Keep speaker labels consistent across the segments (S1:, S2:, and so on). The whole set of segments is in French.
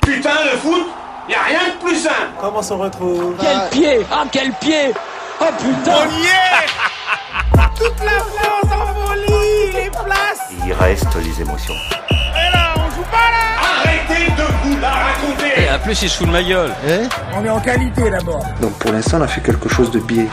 S1: Putain, le foot, y a rien de plus simple.
S2: Comment on se retrouve
S3: Quel pied Ah quel pied Oh putain
S1: On y est Toute la France en folie, les places.
S4: Il reste les émotions.
S1: Et là, on joue pas là. Arrêtez de vous la raconter.
S5: Et en plus, il se fout de ma gueule.
S6: Donc pour l'instant, on a fait quelque chose de biais.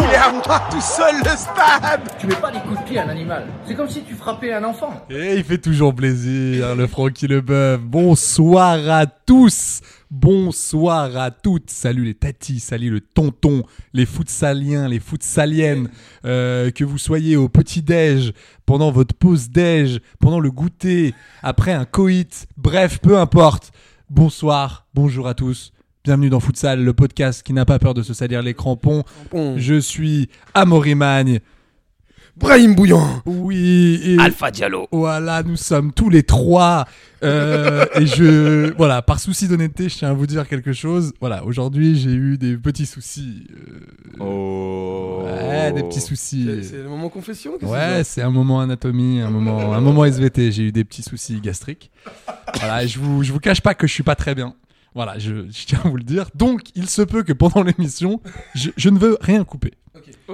S1: Il est à moi tout seul le stade.
S3: Tu mets pas des coups de pied à un animal. C'est comme si tu frappais un enfant.
S7: Et il fait toujours plaisir, hein, le Francky Leboeuf. Bonsoir à tous. Bonsoir à toutes. Salut les tatis, salut le tonton, les futsaliens, les futsaliennes. Euh, que vous soyez au petit-déj, pendant votre pause-déj, pendant le goûter, après un coït, bref, peu importe. Bonsoir, bonjour à tous. Bienvenue dans Futsal, le podcast qui n'a pas peur de se salir les crampons. Je suis Amaury Magne.
S6: Brahim Bouillant
S7: Oui. et-
S5: Alpha Diallo.
S7: voilà, nous sommes tous les trois. euh, et je, voilà, par souci d'honnêteté, je tiens à vous dire quelque chose. Voilà, aujourd'hui, j'ai eu des petits soucis. euh,
S5: Oh.
S7: ouais, des petits soucis.
S6: C'est c'est le moment confession qu'est-ce que
S7: Ouais, c'est un moment anatomie, un moment, un moment SVT. J'ai eu des petits soucis gastriques. Voilà, je vous, je vous cache pas que je suis pas très bien. Voilà, je, je tiens à vous le dire. Donc, il se peut que pendant l'émission, je, je ne veux rien couper.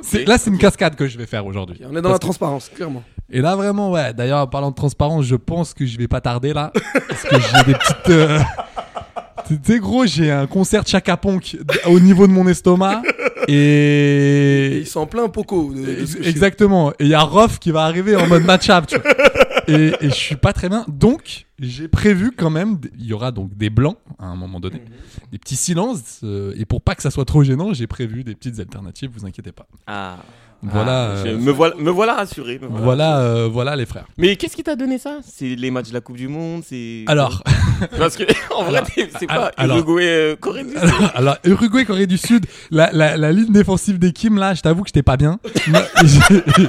S7: C'est- Là, c'est une cascade que je vais faire aujourd'hui.
S6: c'est On est dans la transparence, clairement.
S7: Et là, vraiment, ouais. D'ailleurs, en parlant de transparence, je pense que je vais pas tarder là. Parce que j'ai des petites. euh, Tu sais, gros, j'ai un concert de Chaka Ponk d- au niveau de mon estomac.
S6: Et
S7: Et.
S6: ils sont en plein poco. De, de ce que je sais.
S7: Exactement. Et il y a Rof qui va arriver en mode match-up, tu vois. Et, et je suis pas très bien. Donc, j'ai prévu quand même. des- Il y aura donc des blancs à un moment donné,
S6: Mhm.
S7: des petits silences. euh, et pour pas que ça soit trop gênant, j'ai prévu des petites alternatives, vous inquiétez pas.
S8: Ah,
S7: Voilà.
S8: je-
S7: euh,
S8: me, voilà me voilà rassuré. me voilà.
S7: voilà, euh, voilà les frères.
S8: Mais qu'est-ce qui t'a donné ça Ah, C'est les matchs de la Coupe du Monde c'est
S7: Alors,
S8: Parce que, en vrai,
S7: Alors,
S8: t'es- c'est
S7: alors,
S8: pas
S7: alors.
S8: Uruguay, euh, Corée du Sud.
S7: Alors, Uruguay, Corée du Sud, la, la, la ligne défensive des Kim, là, je t'avoue que j'étais pas bien. Moi, j'ai- j'ai-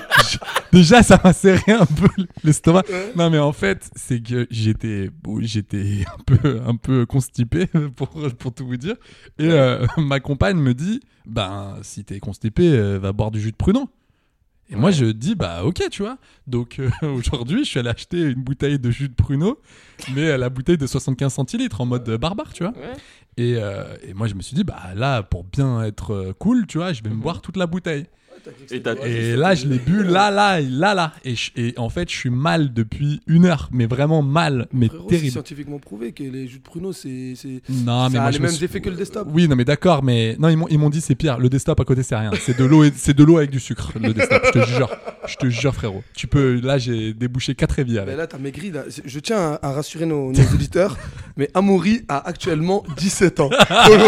S7: Déjà, ça m'a serré un peu l'estomac. Non, mais en fait, c'est que j'étais bon, j'étais un peu, un peu constipé, pour, pour tout vous dire. Et euh, ma compagne me dit Ben, si t'es constipé, euh, va boire du jus de pruneau. Et moi, je dis Bah, ok, tu vois. Donc, euh, aujourd'hui, je suis allé acheter une bouteille de jus de pruneau, mais euh, la bouteille de 75 centilitres en mode euh, barbare, tu vois. Et, euh, et moi, je me suis dit, bah là, pour bien être euh, cool, tu vois, je vais
S6: Mhm.
S7: me boire toute la bouteille.
S8: Et t'as-
S7: Et là, je l'ai bu là, là, et là, là. Et, je- et en fait, je suis mal depuis une heure, mais vraiment mal, mais
S6: Frérot, c'est
S7: terrible.
S6: scientifiquement prouvé que les jus de pruneau, c'est. c'est-
S7: Non, mais
S6: ça
S7: moi,
S6: a
S7: je
S6: les
S7: me
S6: mêmes
S7: suis-
S6: effets que le desktop.
S7: Oui, non, mais d'accord, mais non, ils m'ont, ils m'ont dit c'est pire. Le desktop à côté, c'est rien. C'est de l'eau, et- c'est de l'eau avec du sucre, le desktop. Je te jure, je te jure, frérot. Tu peux, là, j'ai débouché quatre éviers
S6: Mais
S7: avec.
S6: là, t'as maigri. Là. C'est- Je tiens à, à rassurer nos, nos auditeurs, mais Amaury a actuellement 17 ans. Donc,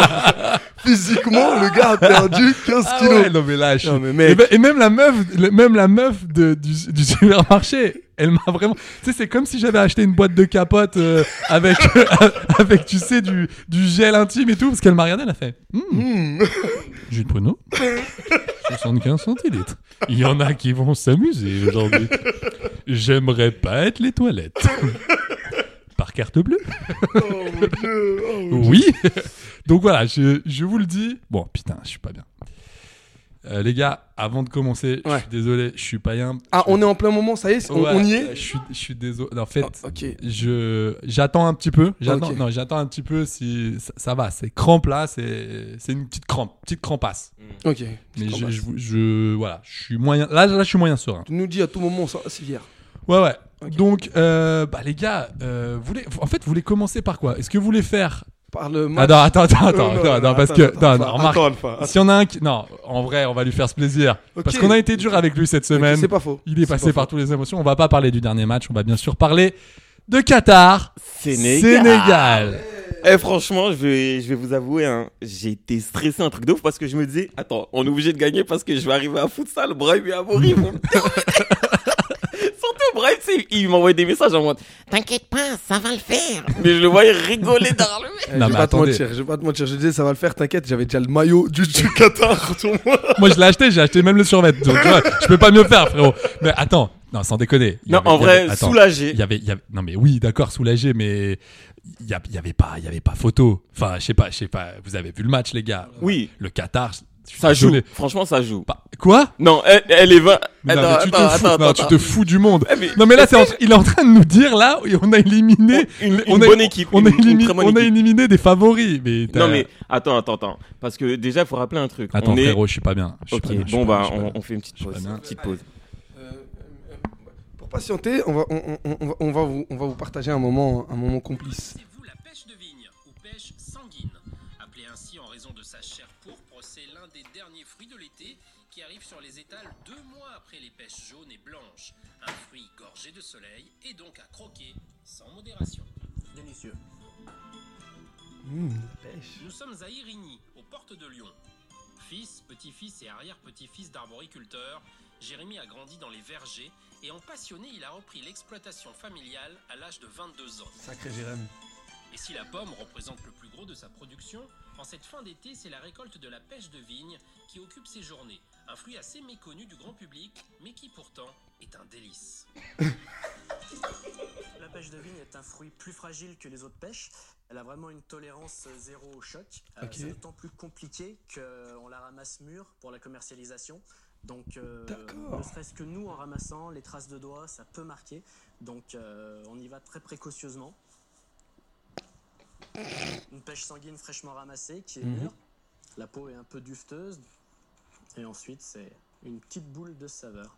S6: Physiquement, le gars a perdu 15
S7: Ah
S6: kilos.
S7: ouais, non, mais là, je
S6: Non,
S7: suis-
S6: mais mec.
S7: Et, ben- et même la meuf, le- même la meuf de- du, du supermarché, elle m'a vraiment. Tu sais, c'est comme si j'avais acheté une boîte de capote euh, avec, avec, tu sais, du, du gel intime et tout, parce qu'elle m'a regardé, elle a fait. Hmm, Jus de pruneau, 75 centilitres. Il y en a qui vont s'amuser aujourd'hui. J'aimerais pas être les toilettes. Par carte bleue.
S6: Oh,
S7: Oui. Donc voilà, je, je vous le dis. Bon, putain, je suis pas bien. Euh, les gars, avant de commencer, je
S6: Ouais.
S7: suis désolé, je suis pas bien.
S6: Ah, on est en plein moment, ça y est, on,
S7: Ouais,
S6: on y est
S7: Je suis, je suis désolé. En fait,
S6: Ah, Ok.
S7: je j'attends un petit peu. J'attends.
S6: Ok.
S7: Non, j'attends un petit peu. Si ça, ça va, c'est crampe là, c'est c'est une petite crampe, petite crampasse.
S6: Ok.
S7: Mais
S6: Qu'on
S7: je,
S6: passe.
S7: je, je- voilà, je suis moyen. Là, là, je suis moyen serein.
S6: Tu nous dis à tout moment, ça, c'est hier.
S7: Ouais, ouais.
S6: Ok.
S7: Donc, euh, bah, les gars, euh, vous voulez, en fait, vous voulez commencer par quoi Est-ce que vous voulez faire Ah,
S6: Par le match.
S7: Attends, attends, attends,
S6: Euh,
S7: attends,
S6: non,
S7: attends,
S6: non,
S7: attends, parce
S6: attends,
S7: que
S6: attends,
S7: non, non,
S6: attends,
S7: remarque.
S6: attends, enfin,
S8: Ah.
S7: Si on a un qui- non, en vrai, on va lui faire ce plaisir
S6: Ok.
S7: parce qu'on a été dur avec lui cette
S6: attends,
S7: semaine.
S6: C'est pas faux.
S7: Il est passé
S6: pas
S7: par
S6: faux.
S7: toutes les émotions. On va pas parler du dernier match. On va bien sûr parler de Qatar,
S8: Sénégal.
S7: Sénégal.
S8: Eh, franchement, je vais, je vais vous avouer, hein, j'ai été stressé un truc de ouf parce que je me disais, attends, on est obligé de gagner parce que je vais arriver à futsal, Brian et Amaury ils vont me dérouler. Surtout Brian, tu sais, il m'envoyait des messages en mode, t'inquiète pas, ça va le faire. Mais je le voyais rigoler derrière le mec.
S7: Non,
S6: Eh, je
S7: mais
S6: vais pas
S7: attendez.
S6: te mentir, je vais pas te mentir. Je disais, ça va le faire, t'inquiète. J'avais déjà le maillot du, du Qatar sur moi.
S7: Moi, je l'ai acheté, j'ai acheté même le survêt. Donc, tu vois, je peux pas mieux faire, frérot. Mais attends, non, sans déconner. Il y
S8: Non,
S7: avait-
S8: en
S7: il y
S8: vrai,
S7: avait- attends,
S8: soulagé.
S7: Il y avait, il y avait- non, mais oui, d'accord, soulagé, mais il y, a- il y avait pas, il y avait pas photo. Enfin, je sais pas, je sais pas. Vous avez vu le match, les gars.
S8: Oui.
S7: Le Qatar. je suis
S8: Ça joue.
S7: désolé.
S8: Franchement, ça joue.
S7: Pas- Quoi?
S8: Non, elle, elle est 20.
S7: Mais non,
S8: attends,
S7: mais tu
S8: attends,
S7: te fous,
S8: attends,
S7: non,
S8: attends,
S7: tu te fous du monde.
S8: Eh, mais-
S7: non mais là, c'est en tra- il est en train de nous dire là, on a éliminé,
S8: Oh, Une- une
S7: on a-
S8: bonne équipe,
S7: on a,
S8: une- une
S7: élimi-
S8: très bonne
S7: on a
S8: équipe.
S7: éliminé des favoris. Mais t'as-
S8: Non, mais attends, attends, attends. Parce que déjà, il faut rappeler un truc.
S7: attends,
S8: on est...
S7: frérot, je suis pas bien. Je suis
S8: Ok,
S7: pas bien, je suis
S8: bon,
S7: pas
S8: bah,
S7: bien, je suis
S8: on,
S7: pas
S8: on fait une petite
S7: suis pas
S8: pause.
S7: bien.
S8: Une petite pause.
S6: Pour patienter, on va, on, on- on va- on va vous, on va vous partager un moment, un moment complice.
S2: Connaissez-vous la pêche de vigne ou pêche sanguine Appelée ainsi en raison de sa chair pourpre, c'est l'un des derniers fruits de l'été qui arrive sur les étals deux mois après les pêches jaunes et blanches. Un fruit gorgé de soleil et donc à croquer sans modération. Délicieux. Nous sommes à Irigny, aux portes de Lyon. Fils, petit-fils et arrière-petit-fils d'arboriculteurs, Jérémy a grandi dans les vergers et en passionné, il a repris l'exploitation familiale à l'âge de 22 ans.
S6: Sacré Jérémy.
S2: Et si la pomme représente le plus gros de sa production, en cette fin d'été, c'est la récolte de la pêche de vigne qui occupe ses journées. Un fruit assez méconnu du grand public, mais qui pourtant est un délice.
S4: La pêche de vigne est un fruit plus fragile que les autres pêches. Elle a vraiment une tolérance euh, zéro au choc. Euh,
S6: Ok.
S4: C'est d'autant plus compliqué qu'on la ramasse mûre pour la commercialisation. Donc, euh,
S6: D'accord.
S4: ne serait-ce que nous, en ramassant les traces de doigts, ça peut marquer. Donc, euh, on y va très précautionneusement. Une pêche sanguine fraîchement ramassée qui
S6: Mhm.
S4: est mûre. La peau est un peu dufteuse. Et ensuite, c'est une petite boule de saveur.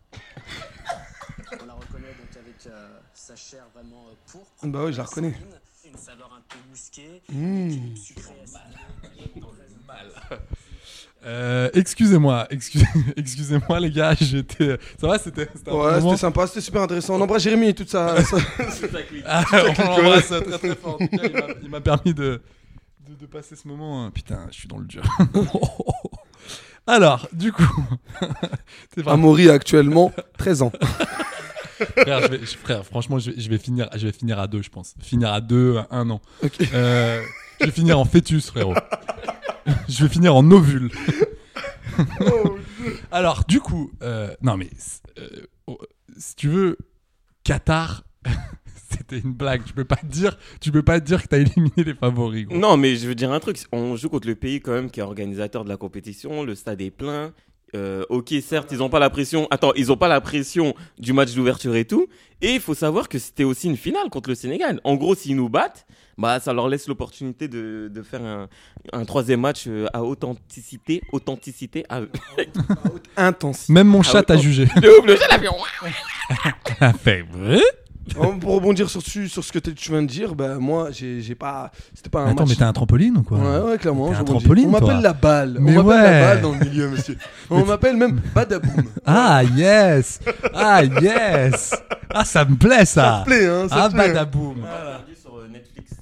S4: On la reconnaît donc avec euh, sa chair vraiment euh, pourpre.
S6: Bah oui, je la reconnais.
S4: Sanguine, Une saveur un peu musquée,
S6: Mmh.
S4: sucrée, acidulée.
S7: Euh, excusez-moi, excuse- excusez-moi les gars, j'étais. Ça va, c'était. c'était un bon
S6: Ouais,
S7: moment
S6: c'était sympa, c'était super intéressant. On embrasse Jérémy et toute sa. sa-
S7: Ah, on l'embrasse très très fort. En tout cas, il m'a- il m'a permis de, de, de passer ce moment. Putain, je suis dans le dur. Alors, du coup, c'est vraiment-
S6: Amaury a actuellement 13 ans.
S7: frère, je vais- je- frère, franchement, je vais, je vais finir, je vais finir à deux, je pense. Finir à deux, à un an.
S6: Ok.
S7: Euh, je vais finir en fœtus, frérot. je vais finir en ovule.
S6: Oh,
S7: Alors, du coup, euh, non mais c- euh, oh, si tu veux, Qatar, c'était une blague. Tu peux pas te dire, tu peux pas te dire que t'as éliminé les favoris. gros.
S8: Non, mais je veux dire un truc. On joue contre le pays quand même qui est organisateur de la compétition. Le stade est plein. Euh, ok, certes, ils n'ont pas la pression. Attends, ils n'ont pas la pression du match d'ouverture et tout. Et il faut savoir que c'était aussi une finale contre le Sénégal. En gros, s'ils nous battent, bah, ça leur laisse l'opportunité de, de faire un, un troisième match euh, à authenticité, authenticité, à,
S6: Intense.
S7: Même mon chat
S8: oui,
S7: t'a
S8: oh.
S7: jugé.
S8: Le obligé l'avion.
S7: Ah, fait vrai
S6: Oh, Pour rebondir sur, ce- sur ce que t'es- tu viens de dire, bah, moi, j'ai j'ai pas. C'était pas un
S7: Attends, mais
S6: match.
S7: t'as un trampoline ou quoi
S6: Ouais, ouais, clairement.
S7: T'es un
S6: je rebondis.
S7: trampoline,
S6: On
S7: toi.
S6: m'appelle la balle.
S7: Mais
S6: On m'appelle
S7: ouais.
S6: la balle dans le milieu, monsieur. On m'appelle même Badaboum.
S7: Ah yes Ah yes Ah ça me plaît ça,
S6: Ça te plaît, hein, ça
S7: Ah
S6: te plaît.
S7: badaboum
S8: sur euh, Netflix.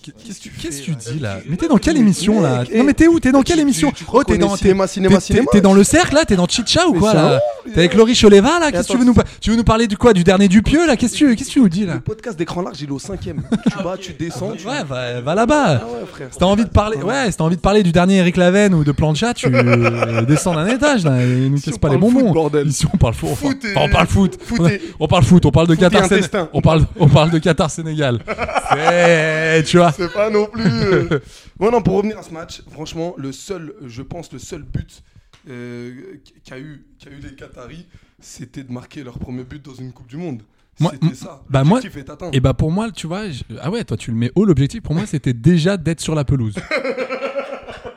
S7: Qu'est-ce que tu, qu'est-ce que tu dis là Mais t'es dans quelle émission là
S6: Mec,
S7: Non mais t'es où T'es dans quelle
S6: tu-
S7: émission Oh,
S6: tu crois
S7: t'es
S6: qu'on est
S7: dans
S6: cinéma,
S7: t'es-
S6: cinéma,
S7: t'es-
S6: cinéma
S7: T'es dans le cercle là T'es dans Chicha ou
S6: Mais
S7: quoi
S6: c'est un
S7: là T'es avec Laurie Choleva là Qu'est-ce que tu veux nous pa- Tu veux nous parler du quoi Du dernier du pieux là Qu'est-ce que tu qu'est-ce que tu nous dis là
S6: Le podcast d'écran large, il est au cinquième. Tu bats, tu descends. tu-
S7: Ouais, va, va là-bas.
S6: Ah ouais, frère.
S7: Si t'as envie de parler, ouais, si t'as envie de parler du dernier Eric Laven ou de Plancha, tu euh, descends d'un étage là, et nous
S6: Ici,
S7: casse
S6: on
S7: pas les
S6: parle
S7: bonbons.
S6: foot, bordel.
S7: Ici on parle foot, enfin,
S6: Foot et-
S7: enfin, on parle foot,
S6: foot
S7: on, a-
S6: et-
S7: on parle foot, on parle de
S6: et
S7: Qatar, Sén-
S6: intestin.
S7: on parle, on parle de Qatar Sénégal. C'est, tu vois.
S6: C'est pas non plus. euh. Bon, non, pour revenir à ce match, franchement, le seul, je pense, le seul but euh, qu'a eu, qu'a eu les Qataris, c'était de marquer leur premier but dans une Coupe du Monde.
S7: Moi-
S6: C'était ça.
S7: bah, moi-
S6: L'objectif est atteint.
S7: Et bah pour moi, tu vois, je- ah ouais, toi tu le mets haut. L'objectif pour moi, c'était déjà d'être sur la pelouse.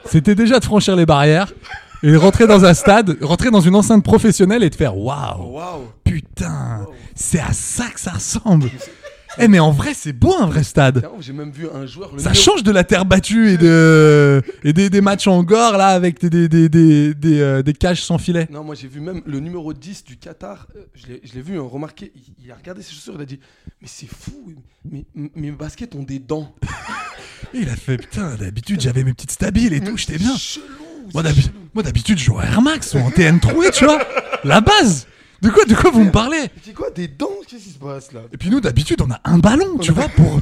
S7: c'était déjà de franchir les barrières et de rentrer dans un stade, rentrer dans une enceinte professionnelle et de faire waouh.
S6: Waouh.
S7: Putain, c'est à ça que ça ressemble. Eh, mais en vrai, c'est beau un vrai stade.
S6: Tiens, J'ai même vu un joueur. Le
S7: Ça
S6: numéro-
S7: change de la terre battue et, de, et des, des matchs en gore, là, avec des, des, des, des, des, euh, des cages sans filet.
S6: Non, moi j'ai vu même le numéro 10 du Qatar. euh, Je l'ai je l'ai vu, hein, remarqué. Il, il a regardé ses chaussures, il a dit Mais c'est fou, mes, mes- mes baskets ont des dents.
S7: Et il a fait, putain, d'habitude, j'avais mes petites stabiles et tout, j'étais bien.
S6: Chelou
S7: Moi,
S6: c'est
S7: d'habi-
S6: chelou.
S7: moi, d'habitude, je joue à Air Max ou en TN troué, tu vois. La base. De quoi, de quoi vous me parlez
S6: Je dis quoi, des dents Qu'est-ce qui se passe là
S7: Et puis nous, d'habitude, on a un ballon, tu vois, pour.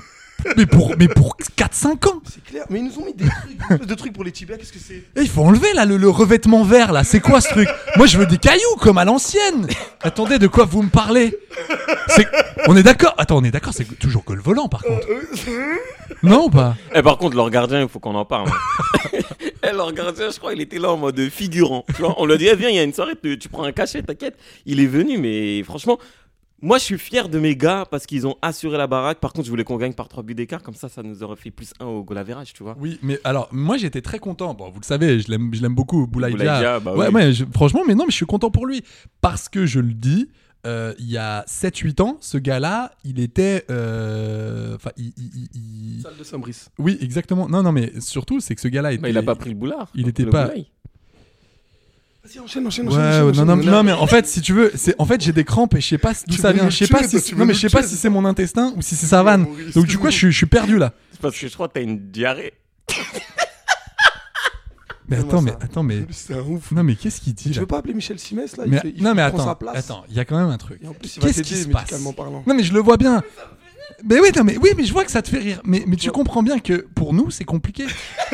S7: Mais pour, mais pour 4-5 ans.
S6: C'est clair, mais ils nous ont mis des trucs, une espèce de trucs pour les Tibia, qu'est-ce que c'est
S7: Et il faut enlever là le, le revêtement vert là. C'est quoi ce truc Moi je veux des cailloux comme à l'ancienne. Attendez, de quoi vous me parlez C'est- On est d'accord Attends, on est d'accord, c'est toujours que le volant par contre.
S6: Euh,
S7: Non ou pas
S8: Eh, par contre, leur gardien, il faut qu'on en parle. hein. Eh, leur gardien, je crois, il était là en mode figurant. Tu vois, on lui a dit, eh, viens, il y a une soirée, tu, tu prends un cachet, t'inquiète. Il est venu, mais franchement, moi, je suis fier de mes gars parce qu'ils ont assuré la baraque. Par contre, je voulais qu'on gagne par 3 buts d'écart, comme ça, ça nous aurait fait plus 1 au golavérage, tu vois.
S7: Oui, mais alors moi j'étais très content. Bon, vous le savez, je l'aime, je l'aime beaucoup, Boulaïdia.
S8: Boulaïdia, bah
S7: ouais,
S8: oui.
S7: ouais, je- franchement, mais non, mais je suis content pour lui parce que je le dis. euh, il y a 7-8 ans, ce gars-là, il était. euh, Enfin, il, il- il- il-
S6: Salle de Saint-Brice.
S7: Oui, exactement. Non, non, mais surtout, c'est que ce gars-là était.
S8: Bah, il a pas pris le boulard.
S7: il
S8: Le
S7: était pas-
S8: boulaï.
S6: Vas-y, enchaîne, enchaîne,
S7: Ouais,
S6: enchaîne. enchaîne,
S7: ouais, non,
S6: enchaîne,
S7: non,
S6: enchaîne.
S7: non, mais en fait, si tu veux, c'est en fait j'ai des crampes et je sais pas d'où
S6: Tu
S7: ça
S6: veux
S7: vient.
S6: nous
S7: Je sais pas
S6: tuer, toi,
S7: si
S6: tu
S7: non,
S6: veux
S7: mais
S6: nous
S7: je sais pas
S6: tuer.
S7: si c'est mon intestin ou si c'est sa vanne.
S6: Maurice,
S7: Donc du coup, je suis- je suis perdu là.
S8: C'est parce que je crois que t'as une diarrhée.
S7: Mais
S6: Comment
S7: attends,
S6: ça
S7: mais attends, mais
S6: C'est un ouf.
S7: non, mais qu'est-ce qu'il dit
S6: Tu
S7: là
S6: veux pas appeler Michel Simès là Il
S7: Mais
S6: fait- il
S7: non, mais
S6: prend sa
S7: attends,
S6: place.
S7: attends, il y a quand même un truc.
S6: Et en plus, il va
S7: Qu'est-ce
S6: t'aider
S7: qui se passe
S6: médicalement parlant.
S7: Non, mais je le vois bien. Mais oui, non, mais oui, mais je vois que ça te fait rire. Mais, mais tu comprends bien que pour nous, c'est compliqué.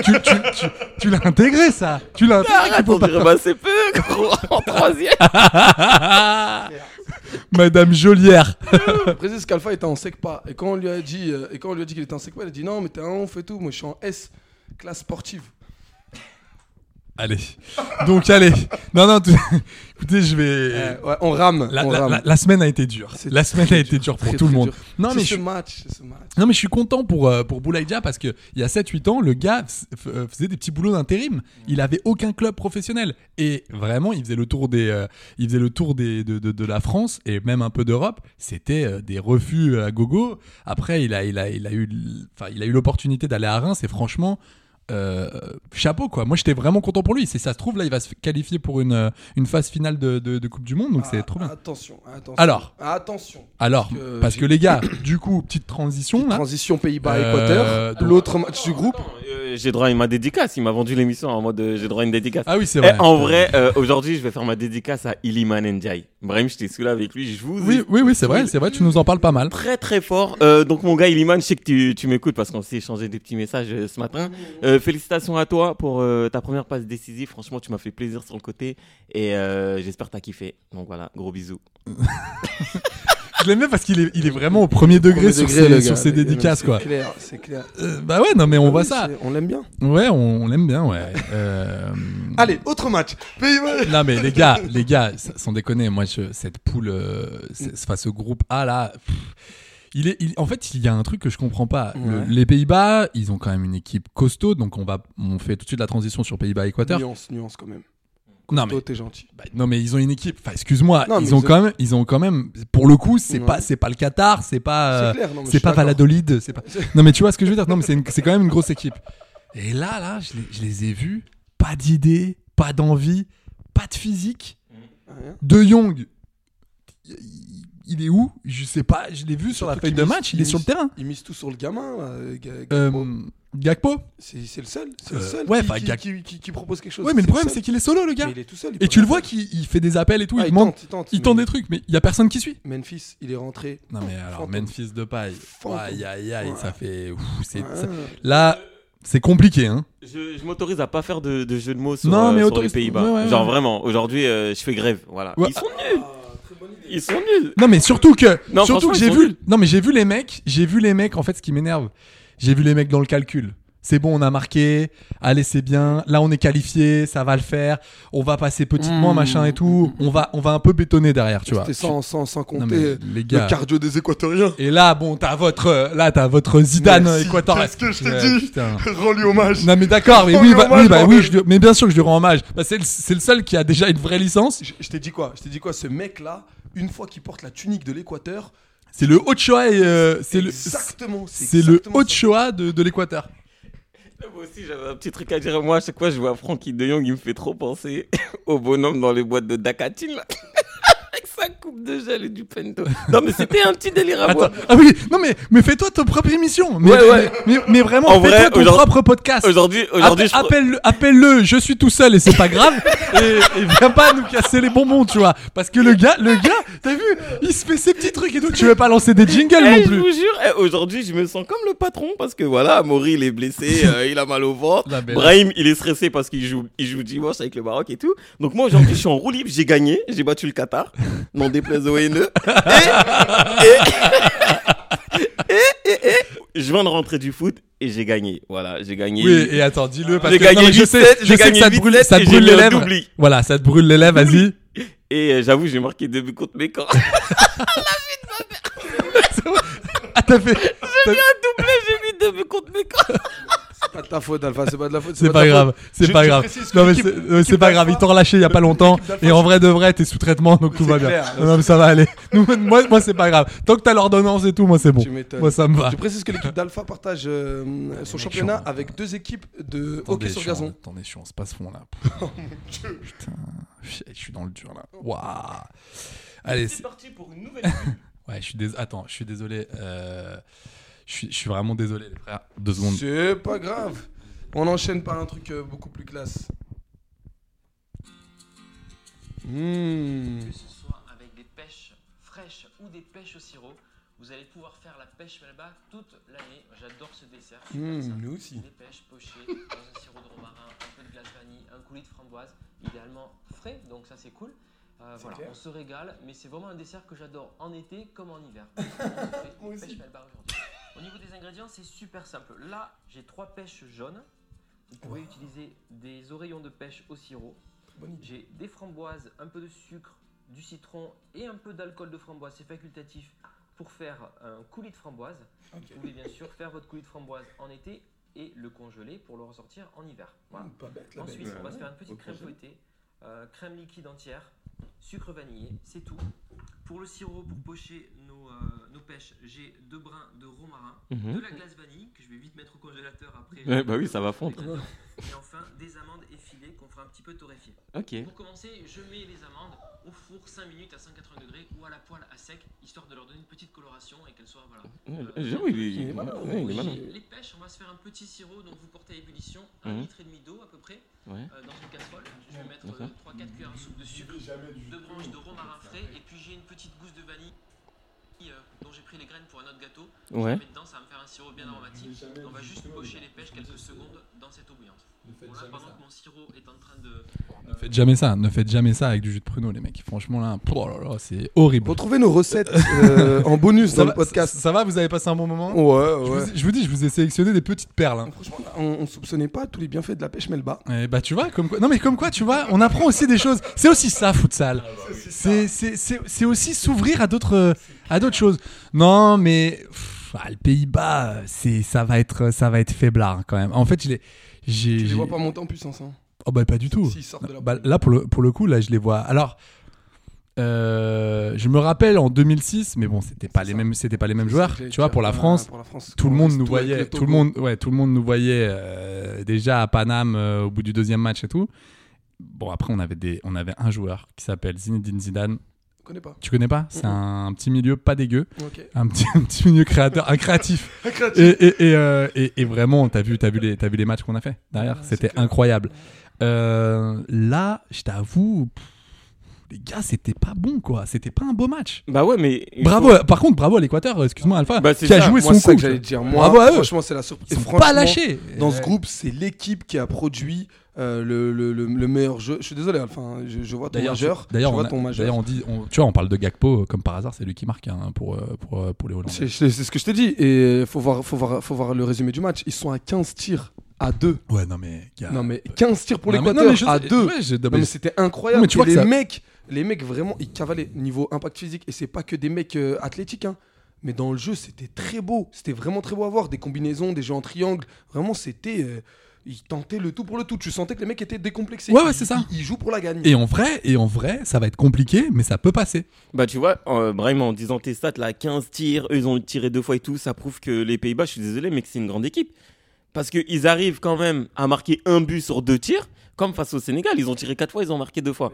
S7: tu tu, tu, tu l'as intégré ça. Ah, Tu l'as intégré. qu'il
S8: Arrête,
S7: faut
S8: on
S7: pas
S8: dirait, bah, c'est peu, gros, en troisième.
S7: Madame Jolière.
S6: Après, Scalfa était en sec pas. Et quand on lui a dit, euh, et quand on lui a dit qu'il était en sec pas, il a dit non, mais t'es un ouf et tout. Moi, je suis en S, classe sportive.
S7: Allez. Donc allez. Non, non. tout- Écoutez, je vais.
S6: Euh, ouais, on rame.
S7: La,
S6: on
S7: la-
S6: rame.
S7: la- la semaine a été dure.
S6: C'est
S7: La semaine
S6: très
S7: a été dure pour
S6: Très,
S7: tout le
S6: très
S7: monde.
S6: dur.
S7: Non mais,
S6: C'est
S7: je,
S6: ce
S7: suis-
S6: match, c'est ce match.
S7: non mais je suis content pour, euh, pour Boulaïdja parce qu'il y a 7-8 ans, le gars f- f- euh, faisait des petits boulots d'intérim. Il avait aucun club professionnel. Et vraiment, il faisait le tour, des, euh, il faisait le tour des, de, de- de la France et même un peu d'Europe. C'était euh, des refus à gogo. Après, il a, il a, il a eu l- enfin, il a eu l'opportunité d'aller à Reims et franchement... euh, chapeau quoi, moi j'étais vraiment content pour lui. Si ça se trouve, là il va se qualifier pour une, euh, une phase finale de, de- de Coupe du Monde, donc c'est
S6: Ah,
S7: trop bien.
S6: Attention, attention.
S7: Alors.
S6: attention.
S7: Alors,
S6: Parce que
S7: parce
S6: j'ai-
S7: que les gars, du coup, petite transition là.
S6: Transition Pays-Bas
S7: Euh,
S6: Équateur,
S7: donc-
S6: l'autre match du groupe.
S8: Attends, euh, j'ai droit à ma dédicace. Il m'a vendu l'émission en mode euh, j'ai droit à une dédicace.
S7: Ah oui, c'est
S8: Eh,
S7: vrai.
S8: en vrai, euh, aujourd'hui, je vais faire ma dédicace à Iliman Ndiaye. Brahim, j'étais sous là avec lui. Je vous
S7: Oui, oui, oui, c'est vrai, c'est vrai. Tu nous en parles pas mal.
S8: très très fort. Euh, donc mon gars Iliman, je sais que tu, tu m'écoutes parce qu'on s'est échangé des petits messages euh, ce matin. Euh, félicitations à toi pour euh, ta première passe décisive. Franchement, tu m'as fait plaisir sur le côté et euh, j'espère que t'as kiffé. Donc voilà, gros bisous.
S7: Je l'aime bien parce qu'il est, il est vraiment au premier degré,
S6: Premier
S7: sur,
S6: degré,
S7: ses,
S6: le
S7: sur
S6: gars.
S7: ses
S6: C'est-
S7: dédicaces quoi.
S6: C'est clair, c'est clair.
S7: Euh, bah ouais, non mais on voit
S6: Oui,
S7: ça.
S6: c'est- Ah. On l'aime bien.
S7: Ouais, on, on l'aime bien, ouais. Euh,
S6: Allez, autre match. Pays-Bas.
S7: Non mais les gars, les gars, s- sans déconner, moi je- cette poule, euh, c'est- enfin ce groupe A là, pff, il est, il- en fait il y a un truc que je comprends pas. Le-
S6: Ouais.
S7: les Pays-Bas, ils ont quand même une équipe costaud, donc on va, on fait tout de suite la transition sur Pays-Bas Équateur.
S6: Nuance, nuance quand même.
S7: Non mais
S6: Toi, t'es gentil.
S7: Bah, non mais ils ont une équipe. Enfin, excuse-moi,
S6: Non, mais
S7: ils ont
S6: ils ont-
S7: quand même, ils ont quand même. Pour le coup, c'est
S6: Ouais.
S7: pas, c'est pas le Qatar, c'est pas, euh,
S6: C'est clair, non, mais je
S7: c'est
S6: suis
S7: pas
S6: d'accord.
S7: Valladolid, c'est pas. Non mais tu vois ce que je veux dire Non mais c'est, une- c'est quand même une grosse équipe. Et là, là, je les, je les ai vus, pas d'idée, pas d'envie, pas de physique.
S6: Rien.
S7: De Jong, il- il est où Je sais pas. Je l'ai vu sur la
S6: Surtout
S7: feuille
S6: qu'ils
S7: de
S6: misent-
S7: match. Il est
S6: ils
S7: sur le
S6: misent-
S7: terrain.
S6: Ils misent tout sur le gamin. là, euh, Ga- Ga-
S7: Euh, Gakpo.
S6: C'est c'est le seul. C'est
S7: euh,
S6: le seul.
S7: ouais,
S6: qui-
S7: enfin,
S6: qui-
S7: Ga-
S6: qui- qui- qui propose quelque chose.
S7: Ouais, mais le problème
S6: seul.
S7: c'est qu'il est solo, le gars.
S6: Mais il est tout seul. il
S7: Et
S6: peut
S7: tu le
S6: rien
S7: vois
S6: faire.
S7: qu'il il fait des appels et tout.
S6: Ah,
S7: il
S6: il
S7: demande,
S6: tente, il tente,
S7: il tente
S6: mais-
S7: des trucs, mais il y a personne qui suit.
S6: Memphis, il est rentré.
S7: Non mais alors
S6: Fantôme.
S7: Memphis de paille.
S6: Fantôme.
S7: Aïe aïe aïe,
S6: Ouais.
S7: ça fait ouf, c'est-
S6: Ouais.
S7: ça- là c'est compliqué hein.
S8: Je, je m'autorise à pas faire de, de jeu de mots sur,
S7: Non,
S8: euh,
S7: mais
S8: sur les
S7: autorise-
S8: Pays-Bas.
S7: ouais, ouais,
S8: Genre
S7: ouais.
S8: vraiment, aujourd'hui, euh, je fais grève. Voilà.
S7: Ouais.
S8: Ils sont nuls. Ils sont nuls.
S7: Non mais surtout que
S8: Non,
S7: surtout
S8: franchement,
S7: que
S8: ils
S7: j'ai
S8: sont
S7: vu
S8: nuls.
S7: non mais j'ai vu les mecs, j'ai vu les mecs en fait ce qui m'énerve. J'ai vu les mecs dans le calcul. C'est bon, on a marqué. Allez, c'est bien. Là, on est qualifié, ça va le faire. On va passer petitement,
S6: Mmh.
S7: machin et tout. On va on va un peu bétonner derrière, tu vois.
S6: C'était sans, sans, sans
S7: Non, mais
S6: compter
S7: les gars.
S6: le cardio des Équatoriens.
S7: Et là, bon, t'as votre euh, là, t'as votre Zidane
S6: Merci,
S7: équatorien.
S6: qu'est-ce que je t'ai
S7: Ouais,
S6: dit
S7: putain.
S6: Rends-lui hommage.
S7: Non mais d'accord, mais
S6: Oh,
S7: oui,
S6: mais
S7: bah,
S6: hommage,
S7: oui, bah,
S6: bordel.
S7: oui je lui- mais bien sûr que je lui rends hommage. Bah, c'est, le, c'est le seul qui a déjà une vraie licence.
S6: Je, je t'ai dit quoi Je t'ai dit quoi Ce mec-là, une fois qu'il porte la tunique de l'Équateur,
S7: C'est le Ochoa et, euh, c'est le
S6: Exactement.
S7: c'est le
S6: exactement ça.
S7: Ochoa de, de l'Équateur.
S8: Ah, Moi aussi, j'avais un petit truc à dire. Moi, à chaque fois, je vois Francky de Jong, il me fait trop penser au bonhomme dans les boîtes de Dakatil, là. Avec sa coupe de gel et du pento. Non, mais c'était un petit délire à moi.
S7: Attends, ah oui, non mais mais fais-toi ta propre émission. Mais
S8: Ouais, ouais.
S7: mais, mais vraiment
S8: En
S7: fais-toi
S8: vrai,
S7: ton
S8: aujourd'hui-
S7: propre podcast.
S8: Aujourd'hui, aujourd'hui, je...
S7: Appe- appelle-le, appelle-le, je suis tout seul et c'est pas grave. et, et viens pas nous casser les bonbons, tu vois. Parce que le gars, le gars, t'as vu, il se fait ses petits trucs et tout. Tu veux pas lancer des jingles
S8: Eh,
S7: non
S8: je
S7: plus.
S8: vous jure, eh, aujourd'hui, je me sens comme le patron parce que voilà, Maury, il est blessé, euh, il a mal au ventre.
S7: La belle.
S8: Brahim, il est stressé parce qu'il joue, il joue dimanche avec le Maroc et tout. Donc moi, aujourd'hui, je suis en roue libre, j'ai gagné, j'ai battu le Qatar, non déplaise au haineux. Et, et, et, et, et, je viens de rentrer du foot et j'ai gagné. Voilà, j'ai gagné.
S7: Oui, et attends, dis-le parce
S8: J'ai
S7: que
S8: gagné
S7: non, mais je
S8: 8-7,
S7: sais, je
S8: j'ai
S7: sais que
S8: gagné
S7: ça te brûle,
S8: 8-7,
S7: ça te
S8: et j'ai
S7: brûle
S8: mis
S7: les
S8: un
S7: lèvres.
S8: doubli.
S7: Voilà, ça te brûle les lèvres, vas-y.
S8: Et euh, j'avoue, j'ai marqué deux buts contre mes camps.
S7: Ah, t'as fait. t'as-
S8: Doublé, j'ai mis deux buts contre mes camps.
S6: C'est pas de ta faute, Alpha. C'est pas de la faute.
S7: C'est
S6: de
S7: pas
S6: ta
S7: grave,
S6: faute.
S7: c'est
S6: Je-
S7: pas
S6: je
S7: grave.
S6: précise que
S7: Non mais
S6: l'équipe-
S7: c'est euh,
S6: l'équipe
S7: c'est pas grave, ils t'ont relâché il y a pas longtemps
S6: d'Alpha,
S7: et en
S6: je-
S7: vrai de vrai t'es sous traitement donc tout
S6: C'est
S7: va bien.
S6: clair.
S7: Non mais ça va aller. Nous, moi moi c'est pas grave. Tant que t'as l'ordonnance et tout, moi c'est bon.
S6: Tu m'étonnes.
S7: Moi ça me va.
S6: Je précise que l'équipe d'Alpha partage euh, son
S7: mec
S6: championnat
S7: chiant.
S6: avec deux équipes de
S7: Attendez,
S6: hockey
S7: je
S6: sur
S7: suis en-
S6: gazon. Oh,
S7: Attendez, je suis en passe fond là. Putain, je suis dans le dur là. Waouh. Allez, c'est-
S8: parti pour une nouvelle.
S7: ouais, je suis dés- attends, je suis désolé. euh, Je suis, je suis vraiment désolé les frères. Deux secondes.
S6: C'est pas grave. On enchaîne par un truc euh, beaucoup plus classe. Hmm.
S2: Que ce soit avec des pêches fraîches ou des pêches au sirop, vous allez pouvoir faire la pêche melba toute l'année. J'adore ce dessert. super
S6: Hmm,
S2: simple.
S6: nous aussi.
S2: Des pêches pochées dans un sirop de romarin, un peu de glace vanille, un coulis de framboise, idéalement frais, donc ça c'est cool. Euh, voilà, on se régale, mais c'est vraiment un dessert que j'adore en été comme en hiver. On se fait une pêche melba aujourd'hui. Au niveau des ingrédients, c'est super simple. Là, j'ai trois pêches jaunes. Vous pouvez utiliser des oreillons de pêche au sirop. J'ai des framboises, un peu de sucre, du citron et un peu d'alcool de framboise. C'est facultatif pour faire un coulis de framboise. Vous pouvez bien sûr faire votre coulis de framboise en été et le congeler pour le ressortir en hiver. Voilà.
S6: Pas Hmm, bête, la bête.
S2: Ensuite, on va se faire une petite crème fouettée, euh, crème liquide entière, sucre vanillé, c'est tout. Pour le sirop, pour pocher nos, euh, nos pêches, j'ai deux brins de romarin,
S8: Mhm.
S2: de la glace vanille que je vais vite mettre au congélateur après.
S8: Ouais, bah oui, ça va fondre.
S2: Et enfin, des amandes effilées qu'on fera un petit peu torréfier.
S8: Ok.
S2: Pour commencer, je mets les amandes au four 5 minutes à 180 degrés ou à la poêle à sec, histoire de leur donner une petite coloration et qu'elles soient voilà. Euh,
S8: J'avoue, il est,
S6: Il est malin,
S8: ouais, il est malin.
S2: Les pêches, on va se faire un petit sirop donc vous portez à ébullition, un
S8: Mhm.
S2: litre et demi d'eau à peu près
S8: Ouais.
S2: euh, dans une casserole. Je vais mettre
S8: D'accord.
S2: 3-4 cuillères à soupe de sucre, deux branches de romarin frais et puis j'ai une petite gousse de vanille euh, dont j'ai pris les graines pour un autre gâteau. Je
S8: Ouais.
S2: vais dedans, ça va me faire un sirop bien aromatique. On va juste pocher les pêches quelques secondes dans cette eau bouillante. Voilà, pendant que mon sirop est en train de
S7: Ne faites jamais ça, ne faites jamais ça avec du jus de pruneau les mecs. Franchement là, oh là là, c'est horrible.
S6: Retrouvez nos recettes euh, en bonus
S7: Ça
S6: dans
S7: va,
S6: le podcast.
S7: ça, ça va, vous avez passé un bon moment
S6: Ouais,
S7: je,
S6: ouais.
S7: vous, je vous dis, je vous ai sélectionné des petites perles. hein.
S6: Franchement, on, on soupçonnait pas tous les bienfaits de la pêche melba.
S7: Eh bah tu vois, comme quoi, non mais comme quoi, tu vois, on apprend aussi des choses. C'est aussi ça, futsal.
S6: Ah, bah
S7: C'est c'est c'est c'est aussi s'ouvrir à d'autres à d'autres choses. Non mais pff, ah, le Pays-Bas, c'est ça va être ça va être faiblard hein, quand même. En fait, il est j'ai
S6: Je les
S7: j'ai-
S6: vois pas monter en puissance. Hein.
S7: oh bah pas du tout.
S6: S'ils sortent de la
S7: Bah, là pour le pour le coup là, je les vois. Alors. euh, je me rappelle en 2006, mais bon, c'était pas
S6: C'est
S7: les
S6: ça.
S7: mêmes, c'était pas les mêmes
S6: C'est
S7: joueurs.
S6: ce que j'allais
S7: Tu vois,
S6: dire,
S7: pour la
S6: euh,
S7: France,
S6: pour la France,
S7: tout le
S6: on
S7: monde
S6: reste
S7: nous
S6: avec
S7: voyait,
S6: le
S7: tout
S6: Togo.
S7: le monde, ouais, tout le monde nous voyait euh, déjà à Paname euh, au bout du deuxième match et tout. Bon après on avait des, on avait un joueur qui s'appelle Zinedine Zidane.
S6: Je connais pas.
S7: Tu connais pas C'est un, petit milieu pas dégueu,
S6: Ok.
S7: un petit, un petit milieu créateur, un créatif. et, et, et, euh, et- et vraiment, t'as vu, t'as vu les, t'as vu les matchs qu'on a fait derrière. C'était incroyable. Euh, là, je t'avoue, pff, les gars, c'était pas bon quoi. C'était pas un beau match.
S8: Bah ouais, mais. il
S7: Bravo.
S8: faut-
S7: euh, Par contre, bravo à l'Équateur. Excuse-moi, Alpha,
S8: Bah, c'est
S7: qui a
S8: ça.
S7: joué
S6: Moi,
S7: son
S6: c'est ça
S7: coup.
S6: que j'allais dire. Moi,
S7: Bravo à eux.
S6: franchement, c'est la surprise.
S7: Ils sont
S6: Franchement,
S7: pas lâchés. Euh,
S6: Dans ce
S7: Ouais.
S6: groupe, c'est l'équipe qui a produit euh, le, le- le- le meilleur jeu. Je suis désolé, Alpha. hein, Je, je vois ton
S7: D'ailleurs,
S6: majeur.
S7: tu- d'ailleurs,
S6: je
S7: on,
S6: vois
S7: a-
S6: ton majeur.
S7: d'ailleurs, on dit, on- tu vois, on parle de Gakpo euh, comme par hasard, c'est lui qui marque hein, pour, euh, pour, euh, pour les
S6: C'est
S7: Hollandais.
S6: c'est- c'est ce que je t'ai dit. Et faut voir, faut, voir, faut voir le résumé du match. Ils sont à 15 tirs à 2.
S7: Ouais, non mais. gars.
S6: Non, mais 15 tirs pour
S7: Non, mais-
S6: l'Équateur
S7: non, mais je
S6: à
S7: sais-
S6: 2.
S7: ouais, je- non,
S6: Non,
S7: mais
S6: mais c'était incroyable.
S7: Non, mais tu
S6: Et
S7: vois que
S6: les
S7: ça-
S6: mecs, les mecs vraiment, ils cavalaient niveau impact physique. Et c'est pas que des mecs euh, athlétiques, hein. Mais dans le jeu, c'était très beau. C'était vraiment très beau à voir. Des combinaisons, des jeux en triangle. Vraiment, c'était. euh, ils tentaient le tout pour le tout. Tu sentais que les mecs étaient décomplexés.
S7: Ouais, ouais, c'est
S6: Ils-
S7: ça.
S6: Ils, ils jouent pour la gagne.
S7: Et en vrai, et en vrai, ça va être compliqué, mais ça peut passer.
S8: Bah tu vois, euh, Brahim, en disant tes stats là, 15 tirs, eux ils ont tiré deux fois et tout, ça prouve que les Pays-Bas, je suis désolé, mais que c'est une grande équipe. Parce qu'ils arrivent quand même à marquer un but sur deux tirs, comme face au Sénégal, ils ont tiré quatre fois, ils ont marqué deux fois.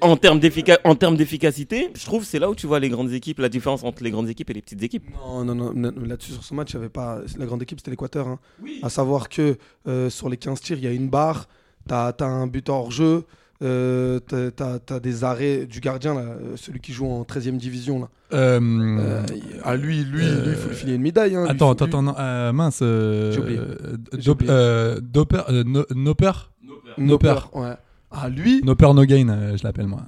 S8: En termes d'effica- en termes d'efficacité, je trouve que c'est là où tu vois les grandes équipes, la différence entre les grandes équipes et les petites équipes.
S6: Non, non, non, non, là-dessus, sur ce match, il y avait pas. La grande équipe, c'était l'Équateur. Hein. À savoir que euh, sur les 15 tirs, il y a une barre, t'as as un but hors-jeu, euh, t'as- t'as t'as des arrêts du gardien, là, euh, celui qui joue en 13 e division. Là.
S7: Euh,
S6: Euh, à lui, lui, lui, il faut lui filer une médaille. hein. Lui,
S7: attends,
S6: faut-
S7: attends,
S6: lui-
S7: attends, non, euh, mince. euh,
S6: J'ai oublié.
S7: euh, Dop-
S6: J'ai oublié.
S7: euh, Dopper, euh, No- Nopper,
S6: Nopper, ouais. Ah, lui
S7: Nopper No Gain, euh, je l'appelle moi.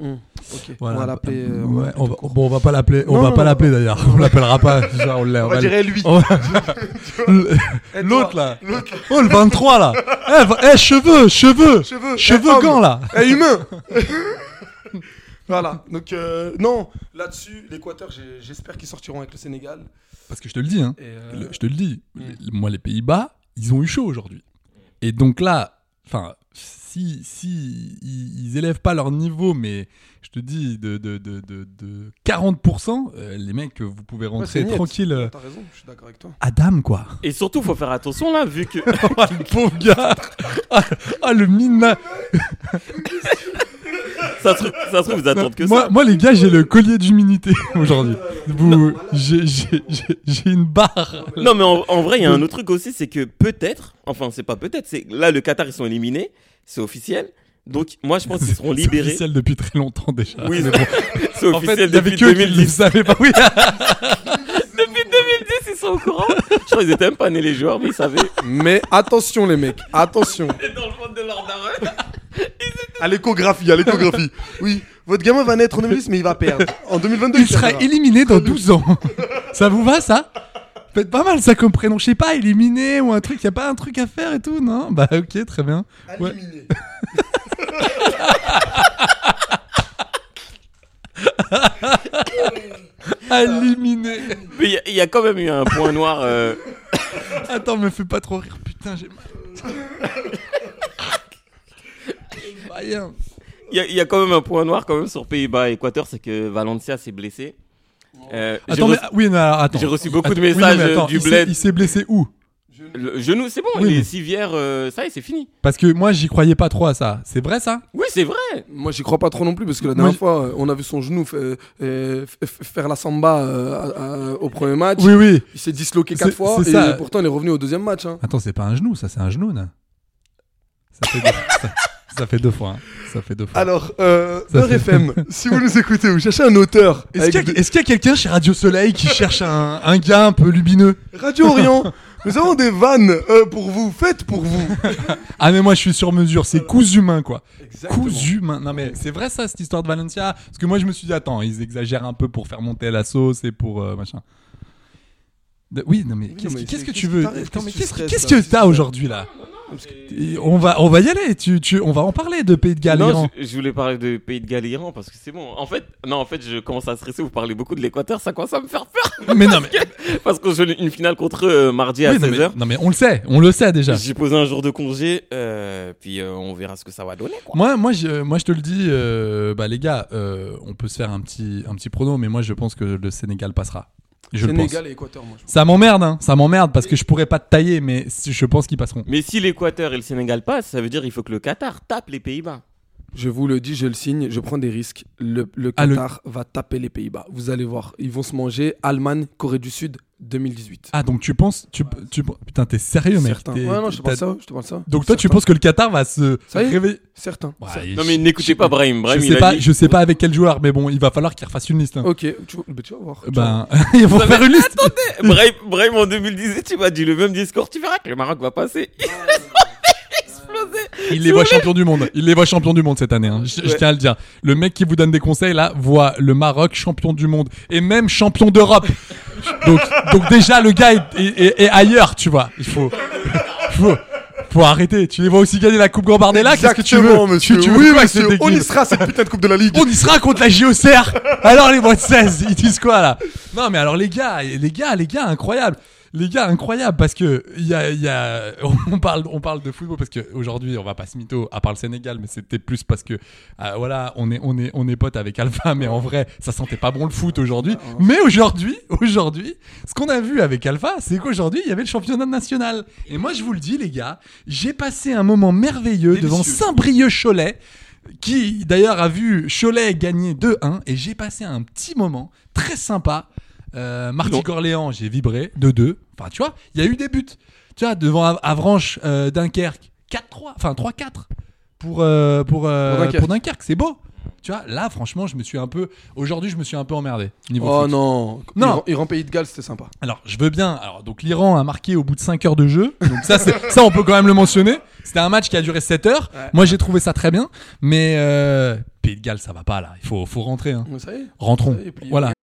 S6: Hum, Ok, on va l'appeler. euh, on va
S7: Ouais,
S6: l'appeler
S7: on
S6: tout
S7: va-
S6: court.
S7: bon, on va pas l'appeler. On
S6: Non,
S7: va
S6: non,
S7: pas
S6: non.
S7: l'appeler d'ailleurs. On l'appellera pas. Genre, on l'a-
S6: On
S7: on va
S6: va
S7: le-
S6: dire lui.
S7: on va-
S6: Eh, toi,
S7: L'autre là.
S6: L'autre là.
S7: Oh le 23 là. Eh, v- eh, cheveux, cheveux,
S6: Cheveux, eh,
S7: cheveux
S6: homme.
S7: gants là.
S6: Eh, humain Voilà, donc euh, non, là-dessus, l'Équateur, j'ai- j'espère qu'ils sortiront avec le Sénégal.
S7: Parce que je te le dis, hein.
S6: Et, euh,
S7: Le- je te le dis, les- moi les Pays-Bas, ils ont eu chaud aujourd'hui. Et donc là, enfin, si, si ils, ils élèvent pas leur niveau, mais je te dis de, de, de, de, de 40%, euh, les mecs, vous pouvez
S6: ouais, c'est
S7: rentrer
S6: niet.
S7: tranquille. euh,
S6: T'as raison, je suis d'accord avec toi.
S7: à dame quoi.
S8: Et surtout, faut faire attention là, vu que
S7: Oh, le pauvre gars. Ah, ah, le mina.
S8: ça se, ça se trouve, ils attendent que
S7: moi,
S8: ça.
S7: moi, les gars, j'ai le collier d'humilité aujourd'hui. Vous, j'ai- j'ai j'ai- j'ai une barre.
S8: Non, mais en, en vrai, il y a un autre truc aussi, c'est que peut-être, enfin, c'est pas peut-être, c'est là, le Qatar, ils sont éliminés, c'est officiel. Donc, moi, je pense qu'ils seront
S7: C'est
S8: libérés.
S7: officiel depuis très longtemps déjà.
S8: Oui, c'est
S7: En fait,
S8: officiel
S7: il y avait
S8: depuis
S7: que eux qui le
S8: 2010.
S7: savaient pas. Oui.
S8: Depuis 2010, ils sont au courant. Je crois qu'ils étaient même pas nés les joueurs, mais ils savaient.
S6: Mais attention, les mecs, attention.
S8: Dans le monde de leur daron.
S6: À l'échographie, à l'échographie. Oui, votre gamin va naître en 2010, mais il va perdre. En 2022,
S7: Il sera
S6: perdra.
S7: éliminé dans 12 ans. Ça vous va, ça Peut-être pas mal ça comme prénom, je sais pas, éliminé ou un truc, y a pas un truc à faire et tout, non Bah ok, très bien. Ouais.
S6: Éliminé.
S7: Éliminé.
S8: Mais il y a- il y, a quand même eu un point noir. euh,
S7: Attends, me fais pas trop rire, putain, j'ai mal. Rien.
S8: Il y, a- il y a quand même un point noir quand même sur Pays-Bas et Équateur, c'est que Valencia s'est blessé. Euh, j'ai
S7: Attends, mais, ah
S8: reçu-
S7: oui, non, alors, attends.
S8: j'ai reçu beaucoup de
S7: Attends, oui, non,
S8: messages,
S7: mais attends,
S8: euh, du
S7: il s'est-
S8: bled.
S7: Il s'est blessé où
S8: le genou, c'est bon,
S7: Oui,
S8: les
S7: mais-
S8: civières, euh, ça y est, c'est fini.
S7: Parce que moi, j'y croyais pas trop à ça. C'est vrai ça
S8: Oui, c'est vrai.
S6: Moi, j'y crois pas trop non plus, parce que la
S7: Moi,
S6: dernière
S7: j-
S6: fois, euh, on a vu son genou fa- euh, f- f- faire la samba euh, à- à- au premier match.
S7: Oui, oui.
S6: Il s'est disloqué
S7: C'est-
S6: quatre fois,
S7: c'est
S6: et
S7: ça.
S6: pourtant, il est revenu au deuxième match. hein.
S7: Attends, c'est pas un genou, ça, c'est un genou, non ça fait, deux, ça, ça fait deux fois. hein. Ça fait deux fois.
S6: Alors, euh,
S7: Ça,
S6: Beurre
S7: c'est-
S6: FM, si vous nous écoutez, vous cherchez un auteur.
S7: Est-ce
S6: avec
S7: qu'il y a, est-ce qu'il y a quelqu'un chez Radio Soleil qui cherche un, un gars un peu lumineux
S6: de- Radio Orient, nous avons des vannes euh, pour vous, faites pour vous.
S7: Ah mais moi je suis sur mesure, c'est cousu main quoi.
S6: Exactement.
S7: Cousu main. Non mais c'est vrai ça cette histoire de Valencia Parce que moi je me suis dit attends, ils exagèrent un peu pour faire monter la sauce et pour euh, machin. De- oui non mais
S6: non,
S7: qu'est-ce
S6: mais
S7: que- qu'est-ce que
S6: qu'est-ce
S7: tu
S6: que
S7: veux
S6: t'arrêtes,
S7: Attends, mais
S6: qu'est-ce
S7: Qu'est-ce
S6: que tu
S7: qu'est-ce
S6: stresses,
S7: que t'as aujourd'hui là Et on va, on va y aller, tu, tu, on va en parler de Pays de Galles,
S8: non,
S7: Iran.
S8: je, je voulais parler de Pays de Galles, Iran, parce que c'est bon. En fait, non, en fait, je commence à stresser. Vous parlez beaucoup de l'Équateur, ça commence à me faire peur.
S7: Mais non mais,
S8: Parce qu'on joue une finale contre eux euh, mardi à
S7: oui, non, mais-
S8: 16h.
S7: non, mais on le sait, on le sait déjà.
S8: J'ai posé un jour de congé, euh, puis euh, on verra ce que ça va donner. Quoi.
S7: Moi, moi, je, moi, je te le dis, euh, bah, les gars, euh, on peut se faire un petit, un petit prono, mais moi, je pense que le Sénégal passera. Je le pense.
S6: Sénégal et Équateur, moi. je pense.
S7: Ça m'emmerde, hein, ça m'emmerde parce que je pourrais pas te tailler, mais si- je pense qu'ils passeront.
S8: Mais si l'Équateur et le Sénégal passent, ça veut dire qu'il faut que le Qatar tape les Pays-Bas.
S6: Je vous le dis, je le signe, je prends des risques. Le, le
S7: Ah, le-
S6: Qatar va taper les Pays-Bas. Vous allez voir, ils vont se manger Allemagne, Corée du Sud, 2018.
S7: Ah, donc tu penses, tu, tu putain, t'es sérieux, mec.
S6: Certain.
S7: t'es-
S6: Ouais, non, je te
S7: t'as-
S6: parle ça, je te parle ça.
S7: Donc toi, tu
S6: Certain.
S7: penses que le Qatar va se
S6: Ça y est
S7: réveiller
S6: Certain.
S7: Ouais,
S6: Certain.
S7: je-
S8: Non, mais n'écoutez pas Brahim. Brahim,
S7: je
S8: il
S7: sais
S8: a
S7: pas,
S8: dit-
S7: je sais pas avec quel joueur, mais bon, il va falloir qu'il refasse une liste. hein.
S6: Ok, tu, bah, tu vas voir. tu vas voir.
S7: Ben, ils vont
S8: Vous
S7: faire
S8: avez-
S7: une liste.
S8: Brahim, Brahim, en 2018, tu m'as dit le même discours. Tu verras que le Maroc va passer. Ils vont exploser.
S7: Il les voit champions du monde. Il les voit champions du monde cette année. hein. Je, je
S8: Ouais.
S7: tiens à le dire. Le mec qui vous donne des conseils là voit le Maroc champion du monde et même champion d'Europe. donc, donc déjà le gars est, est- est- est ailleurs, tu vois. Il faut, faut, faut arrêter. Tu les vois aussi gagner la Coupe Gambardella. Qu'est-ce que tu veux
S6: Exactement,
S7: Tu-
S6: monsieur.
S7: tu
S6: oui,
S7: veux pas que
S6: monsieur,
S7: cette
S6: on y
S7: équipe-
S6: sera cette putain de Coupe de la Ligue.
S7: on y sera contre la JOCR. Alors les mois de 16, ils disent quoi là Non mais alors les gars, les gars, les gars, incroyable. Les gars, incroyable parce que il y a, il y a- on parle, on parle de football parce que aujourd'hui, on va pas se mytho, à part le Sénégal, mais c'était plus parce que euh, voilà, on est, on est, on est potes avec Alpha, mais en vrai, ça sentait pas bon le foot aujourd'hui. Mais aujourd'hui, aujourd'hui, ce qu'on a vu avec Alpha, c'est qu'aujourd'hui, il y avait le championnat national. Et moi, je vous le dis, les gars, j'ai passé un moment merveilleux devant Saint-Brieuc-Cholet qui d'ailleurs a vu Cholet gagner 2-1 et j'ai passé un petit moment très sympa. Euh, Marty Corléan, j'ai vibré 2-2. Enfin, tu vois, il y a eu des buts. Tu vois, devant Av- Avranches euh, Dunkerque, 4-3, enfin 3-4 pour, euh, pour, euh,
S6: Pour
S7: pour
S6: Dunkerque.
S7: Dunkerque. c'est beau. Tu vois, là, franchement, je me suis un peu. Aujourd'hui, je me suis un peu emmerdé. Niveau
S6: Oh
S7: foot.
S6: non.
S7: Non.
S6: Iran- Iran pays de Galles, c'était sympa.
S7: Alors, je veux bien. Alors, donc, l'Iran a marqué au bout de 5 heures de jeu. Donc, ça, c'est- ça on peut quand même le mentionner. C'était un match qui a duré 7 heures. Moi, j'ai trouvé ça très bien. Mais, euh, Pays de Galles, ça va pas, là. Il faut, faut rentrer. hein.
S6: Ça y est.
S7: Rentrons.
S6: Et puis,
S7: Voilà.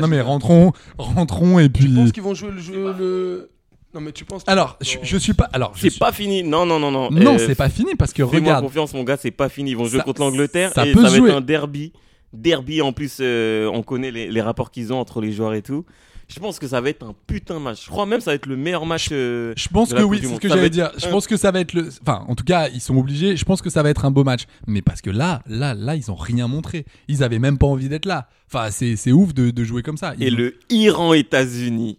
S7: Non, mais rentrons, rentrons, et puis.
S6: Tu penses qu'ils vont jouer le jeu le. Non mais tu penses.
S7: Alors, je, je suis pas. Alors, je
S8: C'est
S7: suis-
S8: pas fini. Non, non, non, Euh, non.
S7: Non, c'est pas fini, parce que
S8: fais-moi
S7: regarde.
S8: confiance, mon gars, c'est pas fini. Ils vont jouer
S7: Ça-
S8: contre l'Angleterre
S7: ça
S8: et
S7: peut
S8: ça
S7: se
S8: va
S7: jouer.
S8: être un derby. Derby, en plus, euh, on connaît les, les rapports qu'ils ont entre les joueurs et tout. Je pense que ça va être un putain de match. Je crois même que ça va être le meilleur match. euh, Je,
S7: Je pense que oui, c'est ce que j'allais dire. Je pense que ça va être le. Enfin, en tout cas, ils sont obligés. Je pense que ça va être un beau match. Mais parce que là, là, là, ils ont rien montré. Ils avaient même pas envie d'être là. Enfin, c'est c'est ouf de, de jouer comme ça. Ils
S8: Et
S7: ont-
S8: le Iran-États-Unis.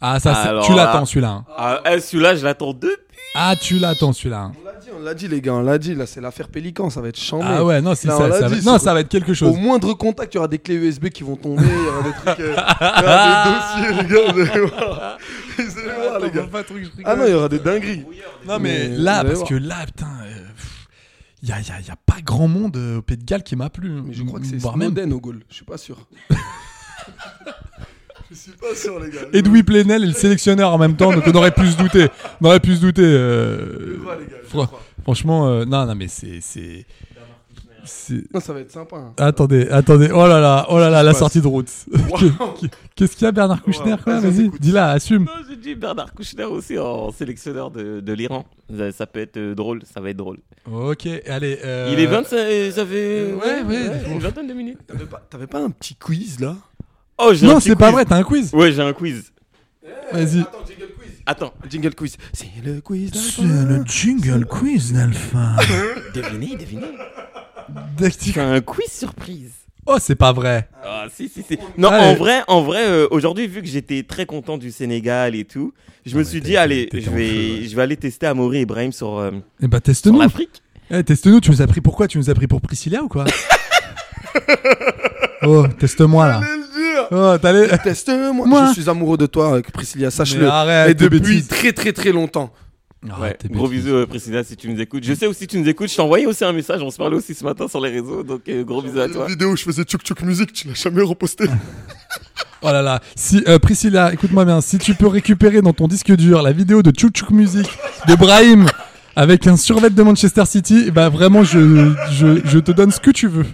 S7: Ah, ça, c'est-
S8: Alors
S7: tu
S8: là-
S7: l'attends celui-là. hein.
S8: Ah, eh, celui-là, je l'attends depuis.
S7: Ah, tu l'attends celui-là. hein.
S6: On l'a dit, on l'a dit les gars, on l'a dit. Là c'est l'affaire Pélican, ça va être chambé.
S7: Ah ouais, non, si,
S6: Là,
S7: ça-
S6: on l'a
S7: ça va-
S6: dit,
S7: non,
S6: sur-
S7: ça va être quelque chose.
S6: Au moindre contact, il y aura des clés USB qui vont tomber, il y aura des trucs, euh, il y aura des dossiers les gars. vous allez voir. Vous allez voir, les gars. Ah non, il y aura des dingueries.
S7: Non, mais,
S6: Mais
S7: là,
S6: vous allez
S7: parce
S6: voir.
S7: que là, putain. euh, Il y a, y a- y a pas grand monde euh, au Pays de Galles qui m'a plu. hein.
S6: Mais je crois que c'est
S7: Voire même-
S6: Snowden au goal. Je suis pas sûr. je suis pas sûr, les gars.
S7: Edoui Plenel est le sélectionneur en même temps, donc on aurait pu se douter. On aurait pu se douter. euh, fran- Franchement, euh, non, non, mais c'est. c'est- c'est-
S6: Non, ça va être sympa. hein.
S7: Attendez, attendez. Oh là là, oh là là, la
S6: passe
S7: sortie de route. Qu'est- Qu'est-ce qu'il y a, Bernard Kouchner quoi Vas-y, dis-la, assume.
S8: Non, Oh, j'ai dit Bernard Kouchner aussi en sélectionneur de, de l'Iran. Ça, ça peut être euh, drôle, ça va être drôle.
S7: Ok, allez. euh,
S8: Il est 25, ça fait
S7: ouais, ouais.
S8: une vingtaine de minutes.
S6: T'avais pas, t'avais pas un petit quiz là
S8: Oh, j'ai un
S7: Non,
S8: petit
S7: c'est pas
S8: quiz.
S7: vrai, t'as un quiz.
S8: Ouais, j'ai un quiz.
S7: Vas-y.
S8: Attends,
S6: Jingle quiz. C'est le quiz.
S7: C'est le jingle quiz d'Alpha.
S8: devinez, devinez. J'ai un quiz surprise.
S7: Oh, c'est pas vrai.
S8: Ah, si, si, si. Non,
S7: Allez.
S8: en vrai, en vrai euh, aujourd'hui, vu que j'étais très content du Sénégal et tout, je me
S7: Ah, mais
S8: suis
S7: t'as
S8: dit,
S7: été-
S8: allez,
S7: t'étais
S8: je
S7: en
S8: vais,
S7: feu, ouais.
S8: je vais aller tester Amaury Ibrahim sur, euh,
S7: Eh bah,
S8: sur
S7: teste-nous.
S8: l'Afrique.
S7: Eh, teste-nous, tu nous as pris pourquoi Tu nous as pris pour Priscilla ou quoi Oh, teste-moi là. Oh, t'allais.
S6: Teste-moi.
S7: Moi.
S6: Je suis amoureux de toi, euh, Priscilla.
S7: Mais
S6: Sache-le.
S7: arrête
S6: Et
S7: tes
S6: depuis
S7: bêtises.
S6: très très très longtemps.
S7: Ah,
S8: Ouais,
S7: t'es
S8: gros
S7: bête.
S8: bisous, euh, Priscilla, si tu nous écoutes. Je sais aussi que tu nous écoutes. Je t'ai envoyé aussi un message. On se parlait aussi ce matin sur les réseaux. Donc, euh, gros bisous à toi.
S6: vidéo où je faisais tchouk tchouk musique, tu l'as jamais reposté.
S7: Oh là là. Si, euh, Priscilla, écoute-moi bien. Si tu peux récupérer dans ton disque dur la vidéo de Chouchou Music de Brahim avec un survêt de Manchester City, bah vraiment, je, je, je te donne ce que tu veux.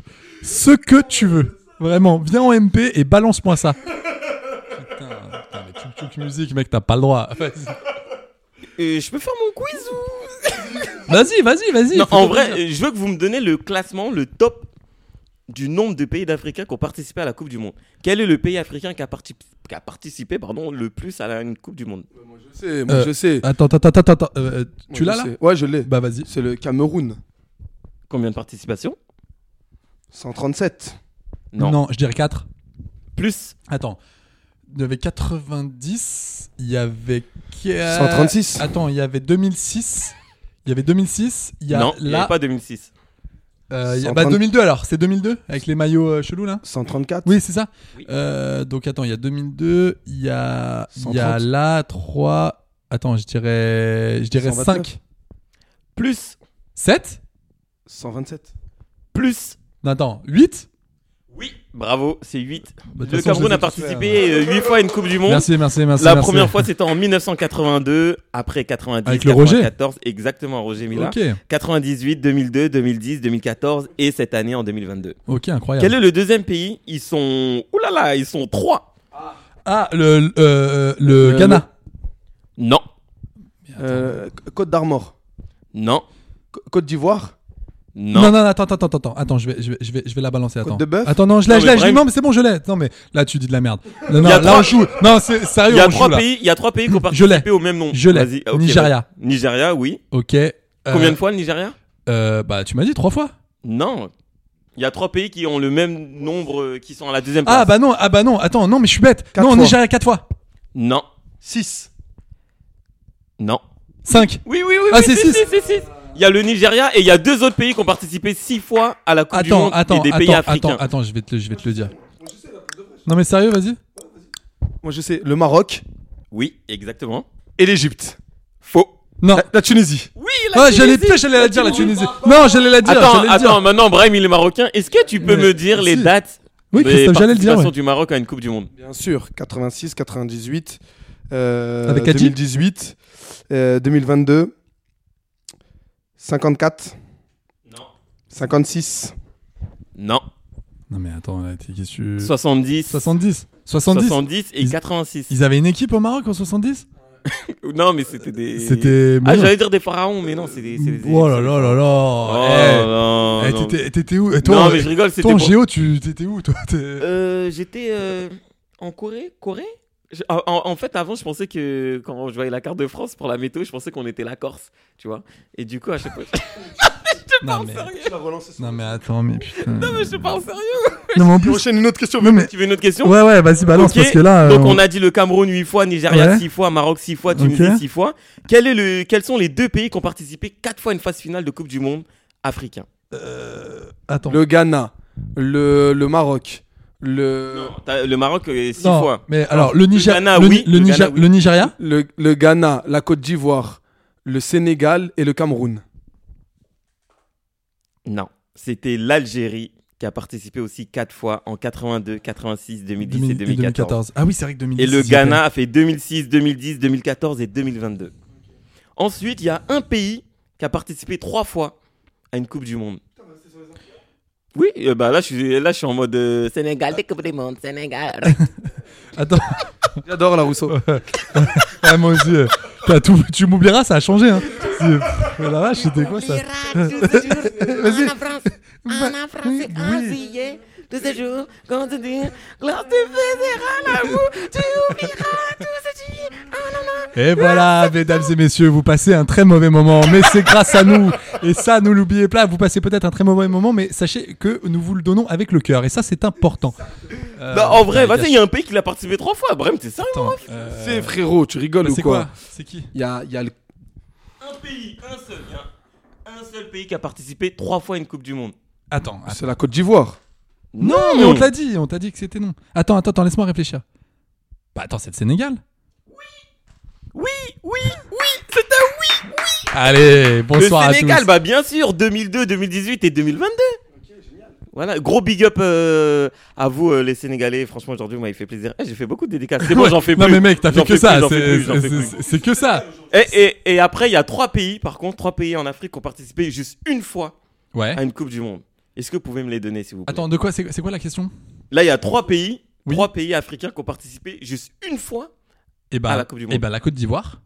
S7: Ce que tu veux. Vraiment, viens en MP et balance-moi ça. Putain, putain, mais Chouchou Music, mec, t'as pas le droit. Vas-y,
S8: Euh, je peux faire mon quiz ou
S7: vas-y, vas-y. vas-y,
S8: Non,
S7: faut
S8: en
S7: te
S8: vrai,
S7: dire.
S8: euh, je veux que vous me donnez le classement, le top du nombre de pays d'Africains qui ont participé à la Coupe du Monde. Quel est le pays africain qui a, parti- qui a participé pardon, le plus à la, une Coupe du Monde
S6: Je sais, moi
S7: Euh,
S6: je sais.
S7: Attends, attends, attends, attends. euh, euh,
S6: Moi,
S7: tu
S6: je
S7: l'as là
S6: sais. Ouais, je l'ai.
S7: Bah vas-y.
S6: C'est le Cameroun.
S8: Combien de participations
S6: 137.
S7: Non. je dirais 4.
S8: Plus
S7: Attends. Il y avait 90, il y avait. qua-
S6: 136.
S7: Attends, il y avait 2006. Il y avait 2006, il y a
S8: Non, il n'y
S7: là.
S8: a pas 2006.
S7: euh, il y a-
S6: 130.
S7: Bah 2002 alors, c'est 2002 avec les maillots euh, chelous là
S6: 134.
S7: Oui, c'est ça. Euh, donc attends, il y a 2002, il y a, il y a
S6: 130.
S7: là 3. Attends, je dirais, je dirais
S6: 129.
S7: 5.
S8: Plus
S7: 7
S6: 127.
S8: Plus
S7: Non, attends, 8
S8: Bravo, c'est 8.
S7: Bah, de toute façon,
S8: le
S7: je
S8: Cameroun
S7: les ai
S8: a
S7: tous
S8: participé
S7: faits, hein.
S8: 8 fois à une Coupe du Monde.
S7: Merci, merci, merci,
S8: La
S7: merci.
S8: première fois, c'était en 1982, après 90,
S7: Avec le Roger.
S8: 94, exactement, Roger Mila.
S7: Ok.
S8: 98, 2002, 2010, 2014 et cette année en 2022.
S7: Ok, incroyable.
S8: Quel est le deuxième pays Ils sont. Ouh là là, ils sont 3.
S7: Ah, le, le- euh, le
S8: Euh,
S7: Ghana.
S8: Non.
S6: Euh, Côte d'Armor.
S8: Non.
S6: Côte d'Ivoire.
S8: Non.
S7: non, attends, attends, attends, attends, attends, je vais, je vais, je vais, je vais la balancer. Attends,
S6: Côte de bœuf
S7: attends, non, je l'ai,
S8: Non,
S7: je l'ai,
S8: mais
S7: je l'ai.
S8: vraiment-
S7: Non, mais c'est bon, je l'ai. Non, mais là, tu dis de la merde. Non,
S8: Il y
S7: non,
S8: a
S7: là,
S8: trois-
S7: on joue. Non, c'est sérieux.
S8: Il y a
S7: on
S8: trois
S7: joue, là.
S8: pays, il y a trois pays qui ont
S7: Je l'ai.
S8: participé au même nom.
S7: Je l'ai.
S8: Vas-y, ok,
S7: Nigeria.
S8: vas-y. Nigeria, oui.
S7: Ok. euh,
S8: Combien de fois le Nigeria
S7: euh, Bah, tu m'as dit trois fois.
S8: Non. Il y a trois pays qui ont le même nombre euh, qui sont à la deuxième place.
S7: Ah bah non, ah bah non. Attends, non, mais je suis bête.
S8: Quatre
S7: non,
S8: fois.
S7: Nigeria quatre fois.
S8: Non.
S6: 6.
S8: Non.
S7: 5.
S8: Oui, oui, oui.
S7: Ah,
S8: oui,
S7: c'est six.
S8: si, si, si, si. Il y a le Nigeria et il y a deux autres pays qui ont participé six fois à la Coupe du
S7: Attends,
S8: Monde
S7: attends,
S8: et des
S7: attends,
S8: pays africains.
S7: attends, attends, je vais te, le- je vais te le dire. Non mais sérieux, vas-y.
S6: Moi, je sais. Le Maroc.
S8: Oui, exactement.
S6: Et l'Égypte.
S8: Faux.
S7: Non.
S6: La, la Tunisie.
S8: Oui,
S7: Ouais, j'allais, putain, j'allais la dire la Tunisie. Non, j'allais la dire.
S8: Attends,
S7: j'allais le dire.
S8: attends, maintenant Brahim il est marocain. Est-ce que tu peux
S7: Mais-
S8: me dire les
S7: si.
S8: dates
S7: Oui,
S8: des
S7: Christophe, j'allais le dire,
S8: participations
S7: ouais.
S8: du Maroc à une Coupe du Monde
S6: Bien sûr. 86, 98. euh,
S7: Avec Hadji
S6: 2018. euh, 2022. 54. 56.
S8: Non.
S7: Non mais attends, là, t'es- qu'est-ce que tu-
S8: 70.
S7: 70. 70.
S8: 70 et
S7: Ils-
S8: 86.
S7: Ils avaient une équipe au Maroc en 70
S8: Non, mais c'était des.
S7: C'était-
S8: Ah,
S7: mais non.
S8: j'allais dire des pharaons, mais non, c'est des. c'est des-
S7: Oh là là là là. Eh.
S8: Oh,
S7: Eh,
S8: non, non.
S7: t'étais- T'étais où Eh, toi,
S8: Non,
S7: en-
S8: mais je rigole, c'était
S7: Toi en
S8: pour-
S7: géo, tu t'étais où toi T'es-
S8: Euh, J'étais euh, en Corée. Corée Je- en, en- en fait, avant, je pensais que quand je voyais la carte de France pour la météo, je pensais qu'on était la Corse, tu vois. Et du coup, à chaque fois.
S7: Non mais... non mais attends, mais putain.
S8: non, mais je parle sérieux.
S7: Non mais en plus-
S6: Enchaîne une autre question.
S7: Non, mais-
S8: Tu veux une autre question
S7: Ouais, ouais, vas-y, balance,
S8: Ok,
S7: parce que là, euh,
S8: Donc, on
S7: on-
S8: a dit le Cameroun 8 fois, Nigeria
S7: Ouais.
S8: 6 fois, Maroc 6 fois, Tunisie
S7: Ok.
S8: 6 fois. Quel est le... Quels sont les deux pays qui ont participé 4 fois à une phase finale de Coupe du Monde africain
S7: Attends.
S6: Le Ghana. Le, le Maroc. Le.
S8: T'as- Le Maroc 6
S7: Non,
S8: fois.
S7: mais alors, le Niger-
S8: Ghana,
S7: le-
S8: oui.
S7: le Niger-
S8: Ghana, oui.
S7: le Nigeria
S6: le, le Ghana, la Côte d'Ivoire, le Sénégal et le Cameroun.
S8: Non, c'était l'Algérie qui a participé aussi 4 fois en 82, 86, 2010 et
S7: 2000
S8: 2014.
S7: Ah oui, c'est vrai que 2010.
S8: Et le
S7: ils y étaient.
S8: Ghana a fait 2006, 2010, 2014 et 2022. Ensuite, il y a un pays qui a participé 3 fois à une Coupe du Monde. Oui, euh, bah là je suis là je suis en mode euh, Sénégal, des Coupes du Monde, Sénégal.
S7: Attends.
S6: J'adore la Rousseau.
S7: ah, moi aussi. euh, t'as tout- tu m'oublieras, ça a changé. Hein. C'est- Mais La vache, c'était quoi ça Vas-y.
S1: tous ces jours, quand tu dis, quand tu fais l'amour, tu oublieras tout ce qui
S7: Et voilà, mesdames et messieurs, vous passez un très mauvais moment, mais c'est grâce à nous. Et ça, ne l'oubliez pas, vous passez peut-être un très mauvais moment, mais sachez que nous vous le donnons avec le cœur. Et ça, c'est important. Euh,
S8: Non, Bah, en vrai,
S7: putain,
S8: vas-y, il y a un pays qui l'a participé 3 fois. Brem, t'es sérieux
S7: Attends,
S8: moi
S7: euh,
S6: C'est frérot, tu rigoles
S7: mais
S6: ou
S7: c'est
S6: quoi
S7: C'est qui
S6: Il y a, il y a le-
S8: Un pays, un seul, il y a un seul pays qui a participé 3 fois à une Coupe du Monde.
S7: Attends. attends.
S6: C'est la Côte d'Ivoire.
S7: Non, mais on te l'a dit, on t'a dit que c'était non. Attends, attends, attends, laisse-moi réfléchir. Bah attends, c'est le Sénégal.
S8: Oui, oui, oui, c'est un oui, oui.
S7: Allez, bonsoir
S8: le Sénégal,
S7: à tous.
S8: bah bien sûr, 2002, 2018 et 2022. Voilà, gros big up euh, à vous euh, les Sénégalais. Franchement, aujourd'hui, vous m'avez fait plaisir. Eh, j'ai fait beaucoup de dédicaces. C'est bon, j'en fais plus.
S7: Non mais mec, t'as
S8: J'en
S7: fait que
S8: fais
S7: ça,
S8: plus, j'en fais
S7: c'est-
S8: plus, j'en fais
S7: c'est-
S8: plus.
S7: c'est c'est que ça.
S8: Et, et, et après, il y a trois pays, par contre, trois pays en Afrique qui ont participé juste une fois
S7: Ouais.
S8: à une Coupe du Monde. Est-ce que vous pouvez me les donner, s'il vous plaît
S7: Attends, de quoi c'est c'est quoi la question
S8: Là, il y a trois pays,
S7: Oui.
S8: trois pays africains qui ont participé juste une fois
S7: Eh ben,
S8: à Ah, la Coupe du Monde.
S7: eh ben, la Côte d'Ivoire.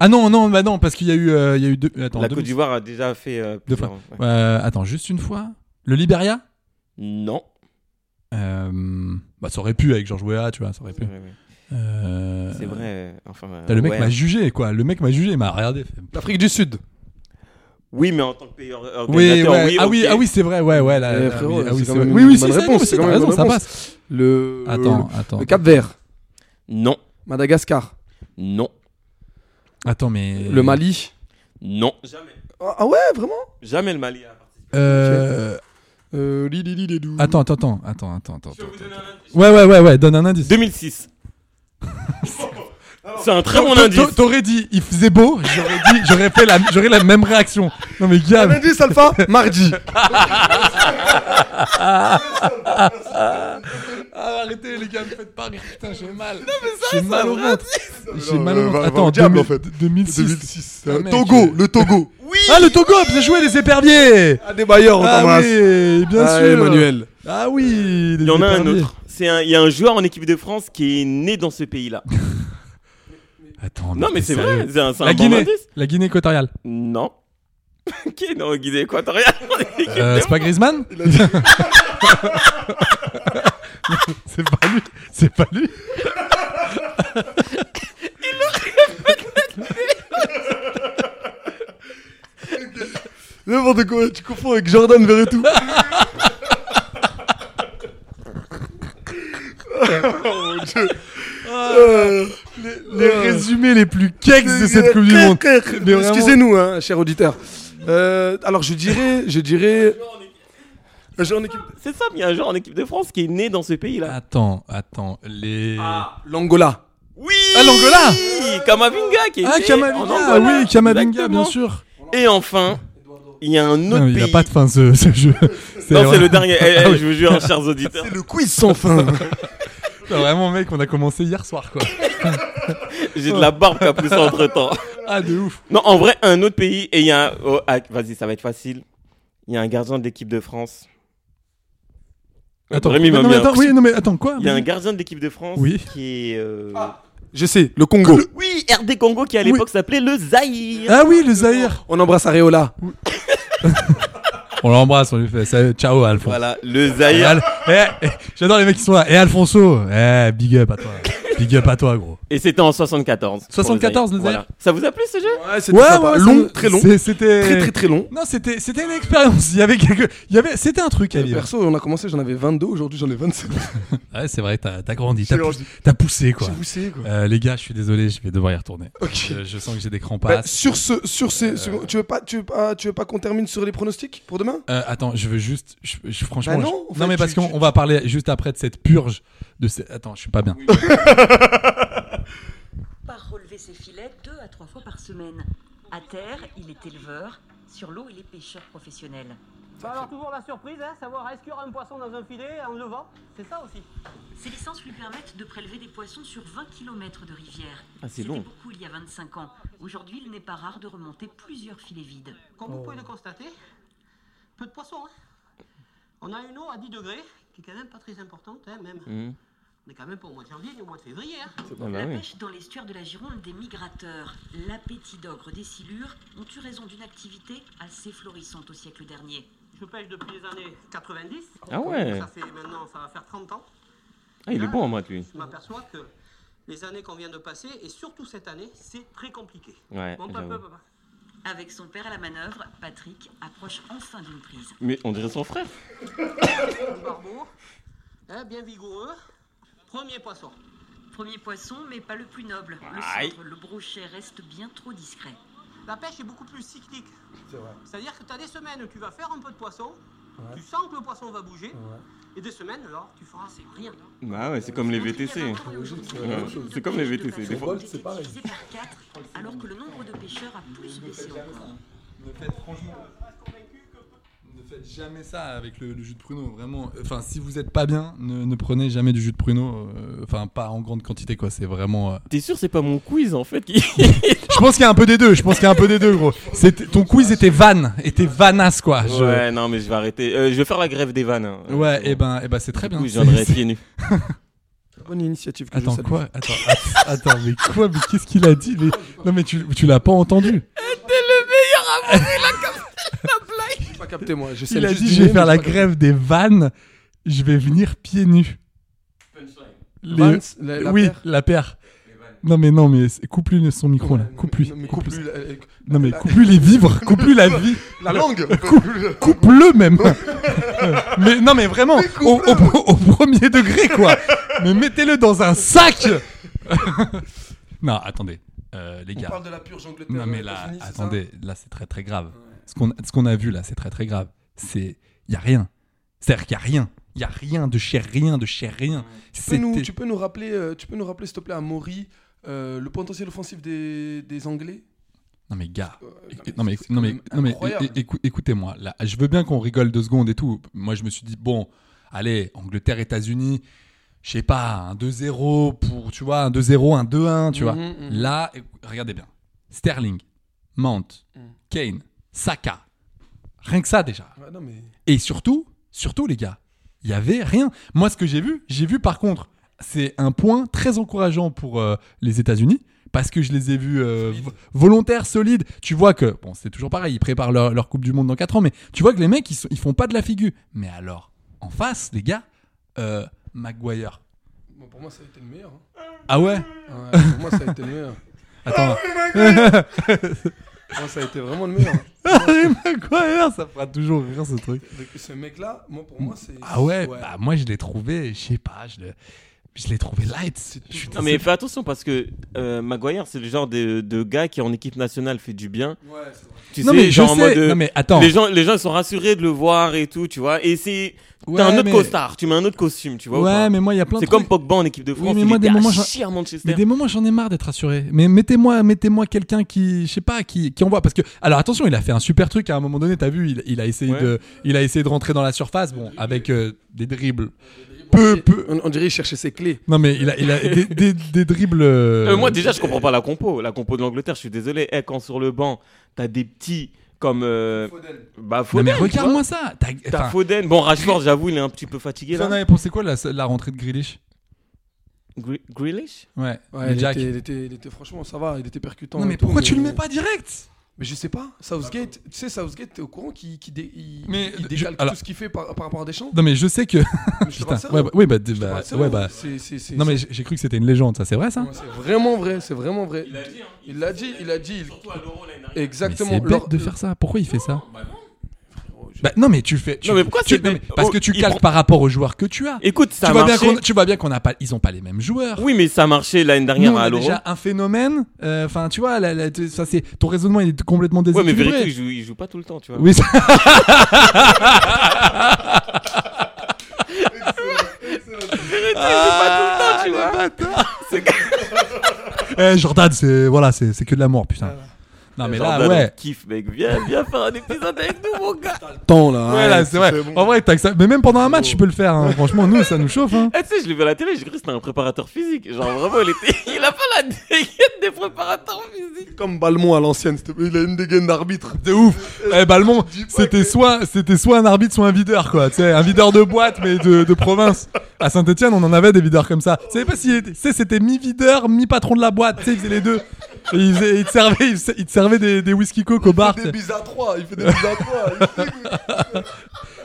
S7: Ah non, non, bah non, parce qu'il y a eu, euh, il y a eu deux. Attends,
S8: la
S7: deux minutes.
S8: Côte d'Ivoire a déjà fait euh,
S7: Deux
S8: plusieurs,
S7: fois.
S8: ouais.
S7: Euh, attends, juste une fois. Le Liberia.
S8: Non.
S7: Euh, bah ça aurait pu avec Georges Weah, tu vois, ça aurait pu.
S8: C'est vrai, ouais.
S7: Euh,
S8: C'est vrai, euh, enfin. euh,
S7: t'as le mec
S8: ouais.
S7: m'a jugé quoi. Le mec m'a jugé, il m'a regardé. fait-
S6: L'Afrique du Sud.
S8: Oui, mais en tant que pays or-
S7: Oui,
S8: organisateur,
S7: ouais.
S8: oui,
S7: ah oui,
S8: ok.
S7: ah oui, c'est vrai, ouais, ouais. Là,
S6: Eh,
S7: là,
S6: frérot,
S7: oui, ah oui,
S6: c'est
S7: c'est
S6: quand
S7: vrai.
S6: même
S7: oui,
S6: une
S7: oui, c'est
S6: bonne
S7: ça,
S6: réponse,
S7: non,
S6: c'est
S7: c'est
S6: quand
S7: t'as
S6: même une
S7: raison,
S6: bonne
S7: ça
S6: réponse.
S7: passe.
S6: Le,
S7: Attends,
S6: le-
S7: attends.
S6: le Cap Vert.
S8: Non,
S6: Madagascar.
S8: non,
S7: Attends, mais.
S6: Le Mali.
S8: non. Jamais.
S6: Ah ah ouais, vraiment
S8: Jamais le Mali a participé.
S7: Euh,
S6: Euh, li, li, li, li, dou.
S7: Attends, attends, attends, attends, attends, attends. attends. Ouais, ouais, ouais, ouais, donne un indice.
S8: 2006. C'est un très bon
S7: T'a-
S8: indice.
S7: t'a- T'aurais dit, il faisait beau, j'aurais dit, j'aurais fait la, j'aurais la même réaction. Non mais gars.
S6: Un indice, Alpha, mardi.
S7: ah, arrêtez les gars, me faites pas rire, putain, j'ai mal. J'ai mal au ventre. J'ai mal au ventre. Attends, 2000 2006.
S6: 2006.
S7: Putain, Ah, mec.
S6: Euh, Togo, le Togo.
S7: Ah, le Togo, bien joué, les éperviers.
S6: Ah, des bailleurs, on
S7: Ah
S6: t'embrasse.
S7: oui, bien
S6: Ah,
S7: sûr.
S6: Emmanuel.
S7: Ah oui. les
S8: Il y en a un
S7: éperviers.
S8: autre. C'est un- Il y a un joueur en équipe de France qui est né dans ce pays-là.
S7: Attends,
S8: Non, mais c'est
S7: sérieux.
S8: vrai, c'est un- c'est un
S7: La
S8: bon
S7: Guinée,
S8: indice.
S7: la Guinée équatoriale.
S8: Non. qui est dans Guinée équatoriale en équipe
S7: Euh,
S8: de
S7: c'est pas
S8: France
S7: Griezmann C'est pas lui. C'est pas lui.
S6: N'importe quoi, tu confonds avec Jordan Verretou. oh mon dieu. Euh,
S7: Les
S6: euh,
S7: résumés les plus keks de cette Coupe du Monde. Mais vraiment-
S6: Excusez-nous, hein, chers auditeurs. Euh, alors, je dirais. Je dirais... Un joueur en équipe-
S8: C'est ça, mais il y a un joueur en équipe de France qui est né dans ce pays-là.
S7: Attends, attends, les.
S6: Ah, L'Angola.
S8: Oui
S7: Ah, l'Angola
S8: Oui, Kamavinga qui est
S7: Ah,
S8: né
S7: Kamavinga,
S8: en Angola,
S7: oui, Kamavinga,
S8: exactement.
S7: bien sûr.
S8: Et enfin, il y a un autre
S7: Non, mais il
S8: pays.
S7: a pas de fin ce, ce jeu.
S8: Non, c'est le dernier. Eh, eh,
S7: Ah oui.
S8: Je vous jure, chers auditeurs.
S6: Le quiz sans fin.
S7: Putain, Vraiment, mec, on a commencé hier soir, quoi.
S8: J'ai de la barbe qui a poussé entre temps.
S7: Ah, de ouf.
S8: Non, en vrai, un autre pays. Et il y a un. oh, ah, Vas-y, ça va être facile. Il y a un gardien de l'équipe de France.
S7: Attends,
S8: Rémi m'a
S7: non,
S8: mis
S7: mais
S8: un
S7: attends,
S8: coup-
S7: oui, non, mais attends, quoi
S8: Il y a un
S7: Vas-y.
S8: gardien de l'équipe de France
S7: Oui.
S8: qui est. euh,
S6: Je sais, le Congo.
S8: Oui, RD Congo qui à l'époque s'appelait le Zaïre.
S7: Ah oui, le Zahir.
S6: On embrasse Areola.
S7: On l'embrasse, on lui fait. salut, Ciao, Alphonse.
S8: Voilà, le
S7: Et
S8: Zaïre.
S7: Al- eh, eh, J'adore les mecs qui sont là. Et Alfonso, eh, big up à toi. Big up à toi, gros.
S8: Et c'était en 74. pour le
S7: 74, le Zaïre.
S8: Voilà. Ça vous a plu ce jeu
S6: Ouais, c'était sympa.
S7: ouais,
S6: long,
S7: ça-
S6: très long.
S7: c'est- C'était
S6: Très, très, très long.
S7: Non, c'était c'était une expérience. Il y avait quelque, il y avait, c'était un truc à vivre.
S6: Perso, on a commencé, j'en avais 22, aujourd'hui j'en ai 27.
S7: Ouais, c'est vrai, t'as t'as grandi, t'as
S6: J'ai
S7: poussé,
S6: grandi.
S7: t'as poussé, quoi.
S6: J'ai poussé, quoi.
S7: Euh, les gars, je suis désolé, je vais devoir y retourner.
S6: Ok.
S7: Je, je sens que j'ai des crampes.
S6: Bah, sur ce, sur ces, sur- tu veux pas, tu veux pas, tu veux pas qu'on termine sur les pronostics pour demain
S7: Euh, attends, je veux juste, je, je- franchement,
S6: Bah non,
S7: je-
S6: en fait,
S7: mais parce
S6: tu-
S7: qu'on
S6: tu-
S7: on va parler juste après de cette purge, de ces... attends, je suis pas bien.
S9: part relever ses filets deux à trois fois par semaine. À terre, il est éleveur. Sur l'eau, il est pêcheur professionnel.
S4: alors toujours la surprise, hein, savoir est-ce qu'il y aura un poisson dans un filet en levant, c'est ça aussi.
S9: Ses licences lui permettent de prélever des poissons sur 20 km de rivière.
S8: Ah, c'est
S9: C'était
S8: long.
S9: beaucoup il y a 25 ans. Aujourd'hui, il n'est pas rare de remonter plusieurs filets vides.
S4: Comme
S6: Oh.
S4: vous pouvez le constater, peu de poissons. hein. On a une eau à 10 degrés, qui est quand même pas très importante, hein, même.
S6: Mmh.
S4: On est quand même pas au mois de janvier ni au mois de février. hein.
S8: Ah,
S6: Ah
S8: bah
S9: la pêche dans l'estuaire de la Gironde des migrateurs, l'appétit d'ogre des silures, ont eu raison d'une activité assez florissante au siècle dernier.
S4: Je pêche depuis les années 90.
S8: Ah ouais.
S4: Ça fait maintenant, ça va faire 30 ans.
S8: Ah, il est bon en maths, lui.
S4: Je m'aperçois que les années qu'on vient de passer, et surtout cette année, c'est très compliqué.
S8: Ouais,
S4: Bon, papa,
S8: j'avoue.
S4: papa.
S9: Avec son père à la manœuvre, Patrick approche enfin d'une prise.
S8: Mais on dirait son frère.
S4: Petit barbeau, hein, bien vigoureux. Premier poisson.
S9: Premier poisson, mais pas le plus noble. Le
S8: Aïe.
S9: centre, le brochet reste bien trop discret.
S4: La pêche est beaucoup plus cyclique.
S6: C'est vrai.
S4: C'est-à-dire que tu as des semaines où tu vas faire un peu de poisson, tu sens que le poisson va bouger, et des semaines alors tu feras c'est rien.
S8: Bah ouais, c'est comme les VTC. Ouais, C'est comme les VTC. Des fois,
S9: C'est divisé par 4, alors que le nombre de pêcheurs a plus baissé encore.
S7: Ne faites franchement, ne faites jamais ça avec le, le jus de pruneau, vraiment. Enfin, si vous êtes pas bien, ne, ne prenez jamais du jus de pruneau, euh, enfin pas en grande quantité, quoi. C'est vraiment. euh,
S8: T'es sûr, c'est pas mon quiz en fait qui-
S7: Je pense qu'il y a un peu des deux. Je pense qu'il y a un peu des deux, gros. C'était- ton quiz était van, était vanasse, quoi. Je-
S8: Ouais, non, mais je vais arrêter. Euh, je vais faire la grève des vannes.
S6: Euh,
S8: hein.
S7: Ouais, et ben, et ben, c'est très
S8: Du
S7: bien.
S8: coup, je
S7: C'est-
S8: viendrai
S7: c'est-
S8: pieds nus.
S6: Bonne initiative que
S7: Attends
S6: je salue.
S7: quoi Attends, att- attends, mais quoi Mais qu'est-ce qu'il a dit mais... Non mais tu, tu l'as pas entendu.
S6: J'ai pas capté moi, je sais
S7: Il a
S6: juste
S7: dit
S6: du
S7: je vais
S6: nom,
S7: faire
S6: mais
S7: la
S6: j'ai pas
S7: grève des vannes, je vais venir pieds nus. Les-
S6: Vans, la- la
S7: oui,
S6: paire.
S7: la paire. Non mais non mais c'est- coupe lui son micro là, coupe lui.
S6: capté. Mais coupe lui, euh,
S7: Non mais coupe lui les vivres, coupe lui la vie.
S6: La langue
S7: Coupe- Coupe-le même. mais non mais vraiment au, au- au premier degré quoi. mais mettez-le dans un sac. non attendez euh, les
S6: On
S7: gars.
S6: parle de la purge Angleterre.
S7: Non mais là,
S6: États-Unis, c'est ça
S7: attendez, là c'est très très grave. Ce qu'on ce qu'on a vu là, c'est très très grave. C'est il y a rien. C'est-à-dire qu'il y a rien. Il y a rien de chez rien, de chez rien.
S6: Tu peux, nous,
S7: C'était-
S6: tu peux nous rappeler, euh, tu peux nous rappeler s'il te plaît à Maury euh, le potentiel offensif des, des Anglais. Euh,
S7: Non mais gars,
S6: mais
S7: non mais
S6: c'est
S7: non
S6: quand
S7: mais,
S6: même
S7: non mais,
S6: incroyable.
S7: é- écou- écoutez-moi, là, je veux bien qu'on rigole deux secondes et tout. Moi je me suis dit bon, allez, Angleterre États-Unis, je sais pas, un 2-0 pour tu vois, un 2-0, un 2-1, tu vois.
S6: Mhm, mhm.
S7: Là, éc- regardez bien. Sterling, Mount,
S6: Mhm.
S7: Kane, Saka. Rien que ça déjà.
S6: Ouais, non, mais-
S7: Et surtout, surtout les gars, il y avait rien. Moi, ce que j'ai vu, j'ai vu par contre, c'est un point très encourageant pour euh, les États-Unis parce que je les ai vus euh, vo- volontaires, solides. Tu vois que bon, c'est toujours pareil, ils préparent leur, leur Coupe du Monde dans 4 ans, mais tu vois que les mecs, ils, sont- ils font pas de la figure. Mais alors, en face, les gars, euh, Maguire.
S6: Bon, pour moi, ça a été le meilleur. hein.
S7: Ah ouais.
S6: Pour moi, ça a été le meilleur. Ah
S7: Attends.
S6: Pour moi, ça a été vraiment le meilleur. hein.
S7: Harry Maguire, ça fera toujours rire ce truc.
S6: Donc, ce mec-là, moi, pour moi, c'est.
S7: Ah ouais, bah moi je l'ai trouvé, je sais pas, je l'ai, je l'ai trouvé light. Je suis
S8: Non mais fais attention parce que euh, Maguire c'est le genre de, de gars qui en équipe nationale fait du bien. Tu
S7: Non,
S8: sais,
S7: mais je
S8: genre en
S7: sais.
S8: mode euh,
S7: Non, mais attends.
S8: Les gens les gens ils sont rassurés de le voir et tout, tu vois. Et c'est
S7: Ouais,
S8: t'as un autre
S7: mais-
S8: costard, tu mets un autre costume, tu vois. ou
S7: Ouais,
S8: pas
S7: mais moi, il y a plein de
S8: C'est comme
S7: trucs-
S8: Pogba en équipe de France.
S7: Oui, mais
S8: il
S7: moi
S8: était
S7: des moments,
S8: à
S7: j'en-
S8: chier à Manchester.
S7: mais des moments j'en ai marre d'être assuré. Mais mettez-moi, mettez-moi quelqu'un qui, je sais pas, qui, qui envoie parce que, alors attention, il a fait un super truc à un moment donné. T'as vu, il, il a essayé
S6: Ouais.
S7: de, il a essayé de rentrer dans la surface, bon, avec euh, des dribbles.
S6: Peu, peu. On, on dirait qu'il cherchait ses clés.
S7: Non mais il a, il a des, des- des dribbles. euh,
S8: Euh, moi déjà je comprends pas la compo, la compo de l'Angleterre, je suis désolé. Eh, quand sur le banc, t'as des petits comme euh, bah
S7: Non,
S8: Foden.
S7: mais
S8: tu vois.
S7: regarde-moi ça. T'as-
S8: T'as
S7: enfin,
S8: Foden. Bon Rashford, j'avoue, il est un petit peu fatigué
S7: Vous
S8: là.
S7: en avez pensé quoi la, la rentrée de Grealish
S8: Gre- Grealish
S7: Ouais.
S6: Ouais,
S7: le
S6: il,
S7: Jack.
S6: était, il était- il était- franchement, ça va, il était percutant.
S7: Non, mais
S6: et tout,
S7: pourquoi tu le mets pas direct
S6: Mais je sais pas. Southgate, tu sais, Southgate, t'es au courant qu'il qu'il dé- il-
S7: Mais,
S6: il
S7: je-
S6: décale
S7: alors-
S6: tout ce qu'il fait par, par rapport à Deschamps
S7: Non mais je sais que.
S6: Mais je te parle
S7: Putain,
S6: sérieux.
S7: ouais, bah, oui bah,
S6: Je te
S7: bah,
S6: parle sérieux.
S7: ouais bah.
S6: C'est- c'est- c'est-
S7: non mais
S6: c'est-
S7: j'ai j'ai cru que c'était une légende, ça c'est vrai ça
S6: Ouais, C'est vraiment vrai, c'est vraiment vrai. Il l'a dit, hein. il l'a dit, il a dit. Surtout à l'Euro l'année dernière. Exactement.
S7: Mais C'est bête
S6: Lors-
S7: de faire ça. Pourquoi il fait ça Bah, non mais tu fais tu,
S8: Non, mais pourquoi
S7: tu-
S8: c'est-
S7: non, mais
S8: mais-
S7: parce
S8: oh,
S7: que tu
S8: il
S7: calques
S8: prend-
S7: par rapport aux joueurs que tu as
S8: Écoute, ça
S7: tu
S8: a
S7: vois bien
S8: marché.
S7: qu'on tu vois bien qu'on n'a pas ils ont pas les mêmes joueurs
S8: Oui, mais ça a marché l'année dernière
S7: Nous, on
S8: à
S7: a
S8: l'Euro.
S7: déjà un phénomène euh, enfin tu vois la- la- tu- ça c'est ton raisonnement il est complètement
S8: Ouais, mais
S7: déséquilibré
S8: vérité, il joue, il joue pas tout le temps, tu vois.
S7: Oui, ça-
S8: Vérité, il joue pas tout le temps, tu vois. C'est
S7: Eh, Jordan c'est voilà c'est c'est que de l'amour putain non mais là
S8: Jordan,
S7: ouais
S8: on kiffe, bah, mec. Viens, viens faire un épisode avec nous, mon gars.
S7: temps là
S8: hein. ouais,
S7: ouais là, c'est
S8: c'est
S7: vrai
S8: bon. Oh.
S7: en vrai t'as que ça- mais même pendant un match tu peux le faire hein. franchement nous ça nous chauffe hein.
S8: Eh, tu sais, je l'ai vu à la télé, j'ai cru que c'était un préparateur physique. Genre, vraiment, il, était... il a pas la dégaine des préparateurs physiques.
S6: Comme Balmont à l'ancienne, s'il te plaît, il a une dégaine d'arbitre.
S7: De ouf Eh Balmont, c'était soit c'était soit un arbitre, soit un videur quoi. Tu sais, un videur de boîte mais de, de province. À Saint-Étienne, on en avait des videurs comme ça. Tu savais pas s'il était, tu sais, c'était mi videur, mi patron de la boîte. Tu sais, il faisait les deux. Et il, faisait- il te servait, il, se- il te servait des, des whisky coke au bar.
S6: Il
S7: tu
S6: fait
S7: sais.
S6: des bises à trois, il fait des bises à trois. il fait-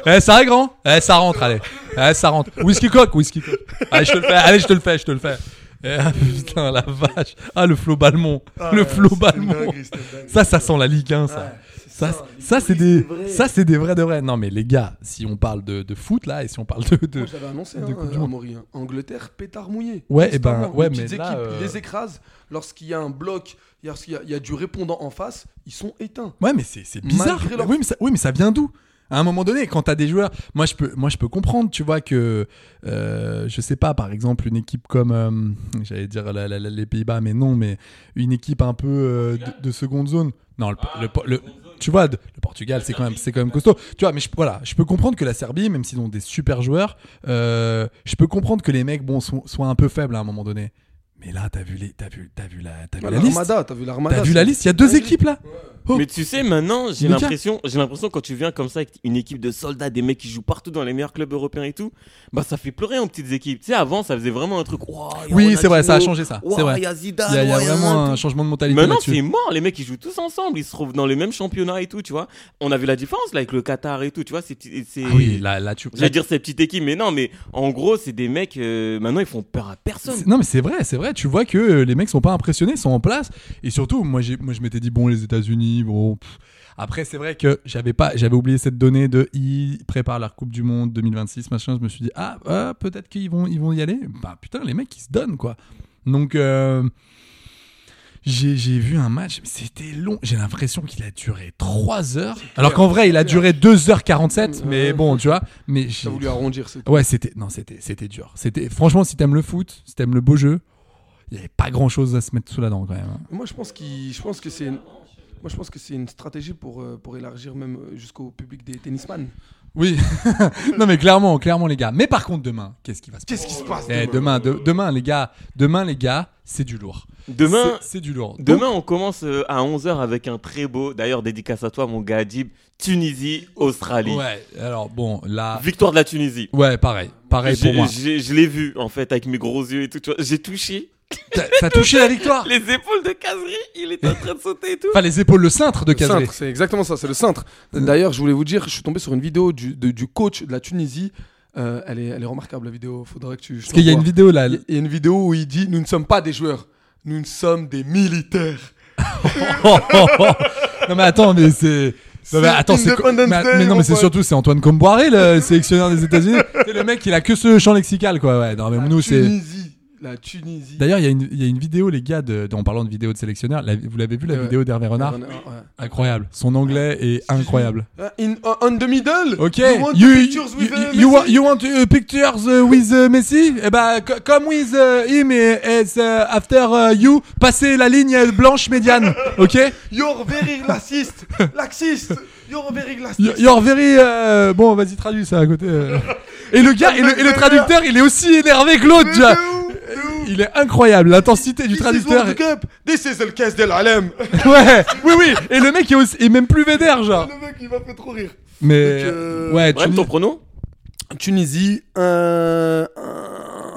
S7: Eh ça va grand Eh ça rentre, allez. Eh ça rentre. Whisky coke, whisky coke. Allez, je te le fais. Allez, je te le fais, je te le fais. Eh, ah, putain la vache. Ah le flow Balmont.
S6: Ah
S7: le
S6: ouais,
S7: flow
S6: c'était
S7: Balmont.
S6: dingue, c'était dingue.
S7: Ça ça sent la Ligue 1 ça. ça, ça, c'est des, ça c'est des vrais de vrais. Non mais les gars, si on parle de, de foot là et si on parle de, de
S6: Moi, j'avais annoncé,
S7: de
S6: hein,
S7: Coupe du
S6: euh,
S7: Monde.
S6: Amaury, hein. Angleterre, pétard mouillé.
S7: Ouais,
S6: C'est
S7: eh ben,
S6: pas moi.
S7: ouais,
S6: Les petites
S7: mais là,
S6: équipes,
S7: euh,
S6: ils les écrasent. Lorsqu'il y a un bloc, lorsqu'il y a- il y, a du répondant en face, ils sont éteints.
S7: Ouais, mais c'est c'est bizarre.
S6: Malgré leur-
S7: Oui, mais ça, oui, mais ça vient d'où À un moment donné, quand t'as des joueurs, moi je peux, moi je peux comprendre, tu vois que, euh, je sais pas, par exemple une équipe comme, euh, j'allais dire la- la- la- les Pays-Bas, mais non, mais une équipe un peu euh, de, de seconde zone. Non, le, le- le- tu vois, de- le Portugal, c'est quand même, c'est quand même costaud. Tu vois, mais je, voilà, je peux comprendre que la Serbie, même s'ils ont des super joueurs, euh, je peux comprendre que les mecs, bon, sont- soient un peu faibles à un moment donné. Mais là, t'as vu les, t'as vu, t'as vu la, t'as vu
S6: Ouais,
S7: la liste.
S6: l'armada, t'as vu l'armada,
S7: T'as vu
S6: c'est-
S7: la liste. Il y a deux équipes là. Oh.
S8: Mais tu sais, maintenant, j'ai
S7: Mais tiens.
S8: l'impression, j'ai l'impression quand tu viens comme ça avec une équipe de soldats, des mecs qui jouent partout dans les meilleurs clubs européens et tout, bah ça fait pleurer aux petites équipes. Tu sais, avant, ça faisait vraiment un truc. Ouah, y a
S7: Oui, c'est vrai,
S8: Ronaldinho,
S7: ça a changé ça.
S8: ouah,
S7: c'est vrai.
S8: y a Zidane,
S7: Il y a, il y a
S8: ouah, y a
S7: vraiment
S8: un
S7: un
S8: tout.
S7: changement de mentalité
S8: Maintenant,
S7: là-dessus.
S8: c'est mort. Les mecs, ils jouent tous ensemble. Ils se trouvent dans le même championnat et tout, tu vois. On a vu la différence là avec le Qatar et tout, tu vois. Ces petits, ces...
S7: Ah oui, là- là, tu- là-
S8: J'allais dire ces petites équipes, mais non, mais en gros, c'est des mecs. euh, maintenant, ils font peur à personne.
S7: C'est- Non mais c'est vrai, c'est vrai. Tu vois que euh, les mecs sont pas impressionnés, sont en place. Et surtout, moi, j'ai- moi je m'étais dit bon, les États-Unis, bon. pff. Après, c'est vrai que j'avais pas, j'avais oublié cette donnée de ils préparent la Coupe du Monde 2026, machin. Je me suis dit ah, ah, peut-être qu'ils vont, ils vont y aller. Bah putain, les mecs ils se donnent quoi. Donc euh, j'ai j'ai vu un match, mais c'était long. J'ai l'impression qu'il a duré 3 heures. Alors qu'en vrai, il a duré 2h47, mais bon, tu vois. Mais j'ai
S6: voulu arrondir, c'est tout.
S7: Ouais, c'était non, c'était c'était dur. C'était franchement si t'aimes le foot, si t'aimes le beau jeu, il n'y avait pas grand chose à se mettre sous la dent quand même. hein.
S6: Moi, je pense, qu'il- je pense que c'est une... Moi, je pense que c'est une stratégie pour, euh, pour élargir même euh, jusqu'au public des tennisman.
S7: Oui, non mais clairement, clairement les gars. Mais par contre demain, qu'est-ce qui va se passer
S6: Qu'est-ce qui se passe
S7: Eh, demain, de- demain les gars, demain les gars, c'est du lourd.
S8: Demain,
S7: c'est c'est du lourd. Donc,
S8: Demain, on commence euh, à 11h avec un très beau, d'ailleurs, dédicace à toi, mon gars Adib, Tunisie, Australie.
S7: Ouais, alors bon, là.
S8: Victoire de la Tunisie.
S7: Ouais, pareil. Pareil
S8: J'ai-
S7: pour moi.
S8: j'ai- Je l'ai vu, en fait, avec mes gros yeux et tout. tu vois. J'ai touché.
S7: T'as touché la victoire
S8: Les épaules de Kazri, il était en train de sauter et tout.
S7: Enfin, les épaules, le cintre de
S6: Le
S7: Kazri.
S6: cintre, C'est exactement ça, c'est le cintre. D'ailleurs, je voulais vous dire, je suis tombé sur une vidéo du, de- du coach de la Tunisie. Euh, elle, est, elle est remarquable la vidéo, faudrait que tu.
S7: Parce qu'il y a une vidéo là.
S6: Il y a une vidéo où il dit Nous ne sommes pas des joueurs, nous ne sommes des militaires.
S7: non mais attends, mais c'est. Non, mais
S6: C'est
S7: attends, c'est
S6: Independence
S7: mais,
S6: Day,
S7: mais non
S6: mon
S7: mais c'est
S6: pote.
S7: surtout c'est Antoine Comboiré le sélectionneur des États-Unis. C'est le mec il a que ce champ lexical quoi. Ouais, non mais
S6: Ah,
S7: nous c'est
S6: Tunisie, la Tunisie.
S7: D'ailleurs, il y, a une- il y a une vidéo, les gars, de, de- en parlant de vidéo de sélectionneur, la- vous l'avez vu la
S6: Ouais.
S7: vidéo d'Hervé Renard
S6: Hervé Renard, Ah. ouais.
S7: Incroyable. Son anglais est incroyable.
S6: Euh, In, on- on the middle
S7: Ok.
S6: You want
S7: you,
S6: pictures with,
S7: you-
S6: uh,
S7: you
S6: Messi
S7: want, you want, uh, pictures uh, with uh, Messi? Eh ben, co- come with uh, him uh, as, uh, after uh, you. Passez la ligne uh, blanche médiane. Ok?
S6: You're very racist Laxiste You're very racist
S7: Y- You're very. euh, Bon, vas-y, traduis ça à côté. euh. Et le gars, et le, et le traducteur, il est aussi énervé que l'autre. tu vois. Il est incroyable, l'intensité du traducteur.
S6: World Cup This is the case de l'Alem
S7: Ouais, oui, oui. Et le mec est, aussi- est même plus vénère, genre.
S6: Le mec, il m'a fait trop rire
S7: Mais. ouais, tu-
S8: prono
S6: Tunisie, euh,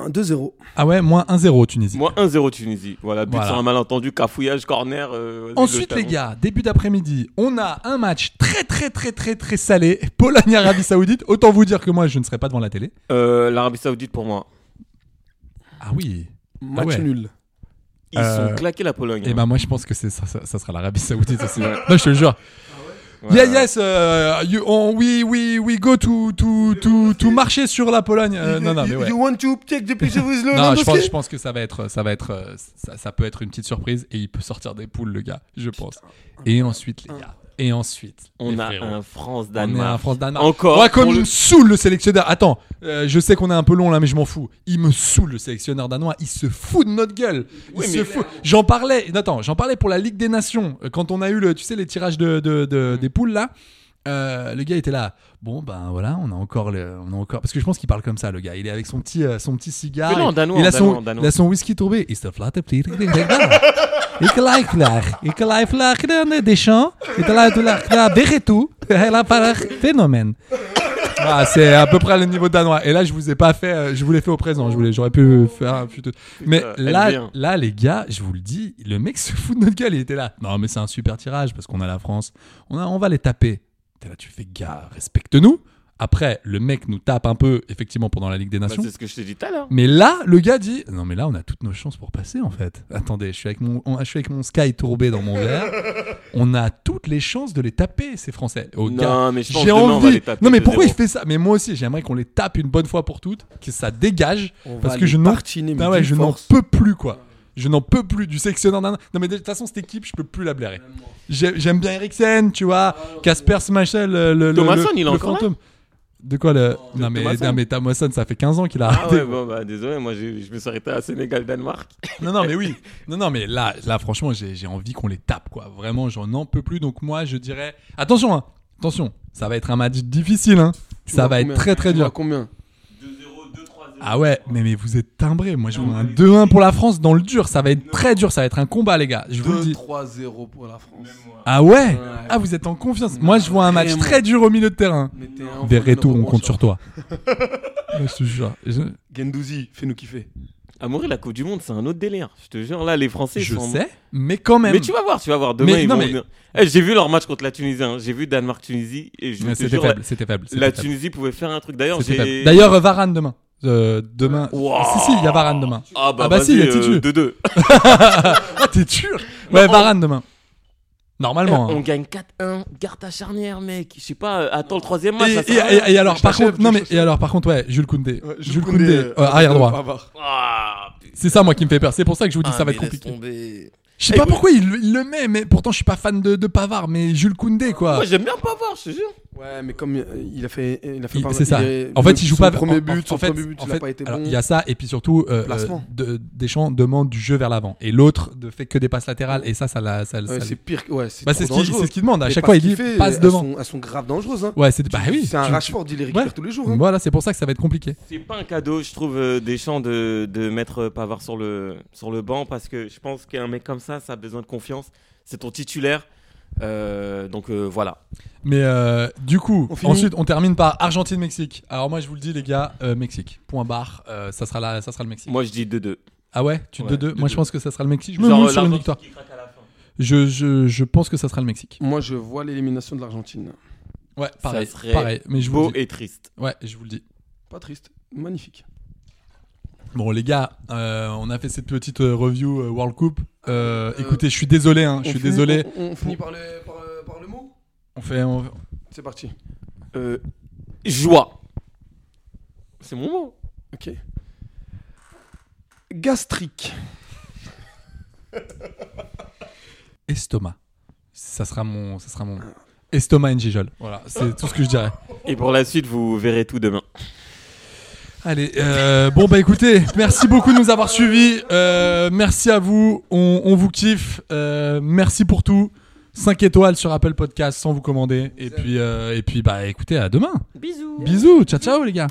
S6: un- 2-0.
S7: Ah ouais, moins 1-0 Tunisie.
S8: Moi, 1-0 Tunisie. Voilà, but
S7: Voilà.
S8: sur un malentendu, cafouillage, corner. euh, vas-y,
S7: Ensuite,
S8: le
S7: les
S8: talon.
S7: gars, début d'après-midi, on a un match très, très, très, très, très salé. Pologne-Arabie Saoudite. Autant vous dire que moi, je ne serai pas devant la télé.
S8: Euh, L'Arabie Saoudite pour moi.
S7: Ah oui.
S6: Match nul.
S8: Ils sont claqués la Pologne.
S7: Et
S8: hein.
S7: Euh, ben moi, je pense que c'est ça, ça, ça sera l'Arabie Saoudite. ça, c'est- non, je te le jure.
S8: Ah
S7: Yeah, yes, euh, you, on, we, we, we go to, to, to, to marcher sur la Pologne. Euh, non, non, mais
S6: you,
S7: ouais.
S6: you want to take the picture with
S7: Non, je
S6: Lewandowski
S7: pense, je pense que ça va être, ça va être, euh, ça, ça peut être une petite surprise et il peut sortir des poules, le gars, je pense. Et ensuite, les gars, et ensuite,
S8: On
S7: les
S8: a
S7: frérots.
S8: un
S7: On
S8: France-Danemark.
S7: a un France-Danemark.
S8: Encore
S7: Ouais, comme
S8: pour
S7: il
S8: le- Bah,
S7: me saoule le sélectionneur. Attends, euh, je sais qu'on est un peu long là, mais je m'en fous. Il me saoule le sélectionneur danois. Il se fout de notre gueule. Il
S8: Oui,
S7: se
S8: mais-
S7: fout. J'en parlais. Attends, j'en parlais pour la Ligue des Nations euh, quand on a eu le, tu sais, les tirages de, de-
S8: Mm.
S7: de- des poules là. Euh, le gars était là. Bon ben voilà, on a encore le, on a encore parce que je pense qu'il parle comme ça le gars. Il est avec son petit, euh, son petit cigare.
S8: Mais non,
S7: Il-
S8: danois,
S7: il a son,
S8: danois, danois.
S7: il a son whisky tombé. Il se flatte petit. Ik lijk laag. Ik lijk laag dan Deschamps. Ik lijk laag dan Beretou. Elle a pas phénomène. Ah, c'est à peu près le niveau danois. Et là, je vous ai pas fait, euh, je vous l'ai fait au présent. Je voulais, j'aurais pu faire un plutôt. Mais
S8: Euh,
S7: là,
S8: LV1.
S7: là, les gars, je vous le dis, le mec se fout de notre gueule. Il était là. Non, mais c'est un super tirage parce qu'on a la France. On a, on va les taper. T'es là, tu fais gars, respecte-nous. Après, le mec nous tape un peu, effectivement, pendant la Ligue des
S8: Bah,
S7: Nations.
S8: c'est ce que je t'ai dit tout à l'heure.
S7: Mais là, le gars dit Non, mais là, on a toutes nos chances pour passer, en fait. Attendez, je suis avec mon, on- je suis avec mon Sky tourbé dans mon verre. On a toutes les chances de les taper, ces Français. Au
S8: Non,
S7: gars,
S8: mais je pense
S7: j'ai
S8: demain, on va les taper
S7: non, mais
S8: 2-0.
S7: pourquoi il fait ça Mais moi aussi, j'aimerais qu'on les tape une bonne fois pour toutes, que ça dégage.
S6: On
S7: parce
S6: va
S7: que
S6: les
S7: je n'en
S6: tartiner, mais
S7: Ah ouais,
S6: d'une
S7: je n'en
S6: force.
S7: peux plus, quoi. Je n'en peux plus du sectionneur d'un. Non, mais de toute façon, cette équipe, je peux plus la blairer. J'ai- J'aime bien Eriksen, tu vois. Casper Smashel, le, le,
S8: Thomasson,
S7: le-
S8: il est
S7: le
S8: encore là
S7: fantôme. De quoi le. Non, mais,
S8: Thomasson.
S7: non, mais Thomasson, ça fait 15 ans qu'il a
S8: Ah
S7: arrêté.
S8: ouais, bon, bah, désolé, moi, j'ai- je me suis arrêté à Sénégal-Danemark.
S7: Non, non, mais oui. Non, non, mais là, là franchement, j'ai j'ai envie qu'on les tape, quoi. Vraiment, j'en en peux plus. Donc, moi, je dirais. Attention, hein. Attention. Ça va être un match difficile, hein.
S6: Tu
S7: ça
S6: vois
S7: va être
S6: combien
S7: très, très
S6: Tu vois
S7: dur.
S6: combien
S7: Ah ouais, mais, mais vous êtes timbrés. Moi, je vois un 2-1 pour la France dans le dur. Ça va être très dur. Ça va être un combat, les gars. Je vous le dis.
S6: 2-3-0 pour la France.
S7: Ah ouais Ah, vous êtes en confiance. Moi, je vois un match
S6: Vraiment.
S7: très dur au milieu de terrain.
S6: Mais t'es un
S7: Verretou,
S6: fou de
S7: on
S6: notre
S7: compte sur toi.
S6: branche.
S7: Ouais, je te jure. Je-
S6: Gendouzi, fais-nous kiffer.
S8: À mourir la Coupe du Monde, c'est un autre délire. Je te jure, là, les Français. ils
S7: Je
S8: sont-
S7: sais, mais quand même.
S8: Mais tu vas voir, tu vas voir. Demain,
S7: Mais-
S8: ils
S7: non,
S8: vont.
S7: mais-
S8: Eh, J'ai vu leur match contre la Tunisie. hein. J'ai vu Danemark-Tunisie. Et je
S7: Mais
S8: te
S7: c'était
S8: jure,
S7: faible,
S8: la-
S7: c'était faible, c'était
S8: La
S7: faible.
S8: Tunisie pouvait faire un truc. D'ailleurs,
S7: C'était
S8: j'ai.
S7: faible. D'ailleurs, euh, Varane demain. Euh, demain.
S8: Ouah.
S7: Si, si, il y a Varane demain.
S8: Ah bah,
S7: si, il y a
S8: vas-y, euh,
S7: Titu.
S8: 2-2.
S7: ah, t'es sûr Ouais,
S8: Non, on-
S7: Varane demain. Normalement.
S8: Eh,
S7: hein.
S8: On gagne 4-1. Garde ta charnière, mec. Je sais pas, euh, attends le troisième match.
S7: Et,
S8: ça
S7: et-
S8: sert à rien.
S7: et- et alors, par contre, non, mais, et alors, par contre, ouais, Jules Koundé. Jules, Koundé,
S6: Koundé,
S7: euh,
S6: euh,
S7: arrière
S6: pas
S7: droit.
S6: var.
S8: Ah,
S7: C'est ça, moi, qui me fait peur. C'est pour ça que je vous dis,
S6: Ah,
S7: ça va être compliqué. Je
S6: Eh,
S7: sais pas pourquoi il, le- il le met, mais pourtant, je suis pas fan de, de Pavard, mais Jules Koundé, quoi.
S8: Moi, j'aime bien pas voir, je te jure.
S6: Ouais, mais comme euh, il a fait, il a fait
S7: Il-
S6: pas
S7: C'est ça.
S6: mal- il est-
S7: En fait, il joue
S6: son
S7: pas. en-
S6: Premier but,
S7: en
S6: son
S7: fait,
S6: premier but,
S7: en
S6: il a
S7: fait,
S6: pas été
S7: alors,
S6: bon.
S7: Il y a ça, et puis surtout, euh,
S6: Placement.
S7: euh, de- Deschamps demande du jeu vers l'avant, et l'autre ne fait que des passes latérales, et ça, ça, la- ça,
S6: Ouais,
S7: ça-
S6: c'est pire. que- Ouais, c'est
S7: Bah,
S6: trop
S7: c'est ce qu'il
S6: dangereux.
S7: c'est ce qu'il demande. À
S6: Les
S7: chaque fois, il
S6: passes
S7: dit
S6: qu'il fait,
S7: passe
S6: elles
S7: devant.
S6: sont- Elles sont graves dangereuses. hein.
S7: Ouais, c'est bah
S6: Tu-
S7: oui.
S6: C'est un
S7: tu- tu-
S6: Rashford, il les récupère
S7: ouais.
S6: tous les jours. hein.
S7: Voilà, c'est pour ça que ça va être compliqué.
S8: C'est pas un cadeau, je trouve, euh, Deschamps de, de mettre euh, Pavard sur le, sur le banc parce que je pense qu'un mec comme ça, ça a besoin de confiance. C'est ton titulaire. Euh, donc euh, voilà.
S7: Mais euh, du coup,
S8: On finit.
S7: ensuite, on termine par Argentine-Mexique. Alors moi, je vous le dis, les gars, euh, Mexique. Point barre. euh, ça sera la, ça sera le Mexique.
S8: Moi, je dis 2-2.
S7: Ah ouais, tu
S8: Ouais,
S7: 2-2. Moi, je
S8: 2-2.
S7: pense que ça sera le Mexique. Je me
S8: Genre,
S7: mouille sur une
S8: l'Argentine
S7: victoire.
S8: qui craque à la fin.
S7: Je, je, je pense que ça sera le Mexique.
S6: Moi, je vois l'élimination de l'Argentine.
S7: Ouais, pareil.
S8: serait
S7: pareil. Mais je vous
S8: beau
S7: le dis.
S8: et triste.
S7: Ouais, je vous le dis.
S6: Pas triste, magnifique.
S7: Bon les gars, euh, on a fait cette petite euh, review euh, World Cup. Euh, écoutez, je suis désolé, hein, je
S6: On
S7: suis
S6: finit-
S7: désolé.
S6: On, on finit par le, par, euh, par le mot.
S7: On fait, on-
S6: C'est parti.
S8: Euh, joie. C'est mon mot.
S6: Ok. Gastrique.
S7: estomac. Ça sera mon, ça sera mon estomac and gigole. Voilà, c'est tout ce que je dirais.
S8: Et pour la suite, vous verrez tout demain.
S7: Allez, euh, bon bah écoutez, merci beaucoup de nous avoir suivis. Euh, merci à vous, on, on vous kiffe. Euh, merci pour tout. 5 étoiles sur Apple Podcast sans vous commander. Et puis, euh, et puis bah écoutez, à demain.
S8: Bisous.
S7: Bisous, ciao ciao les gars.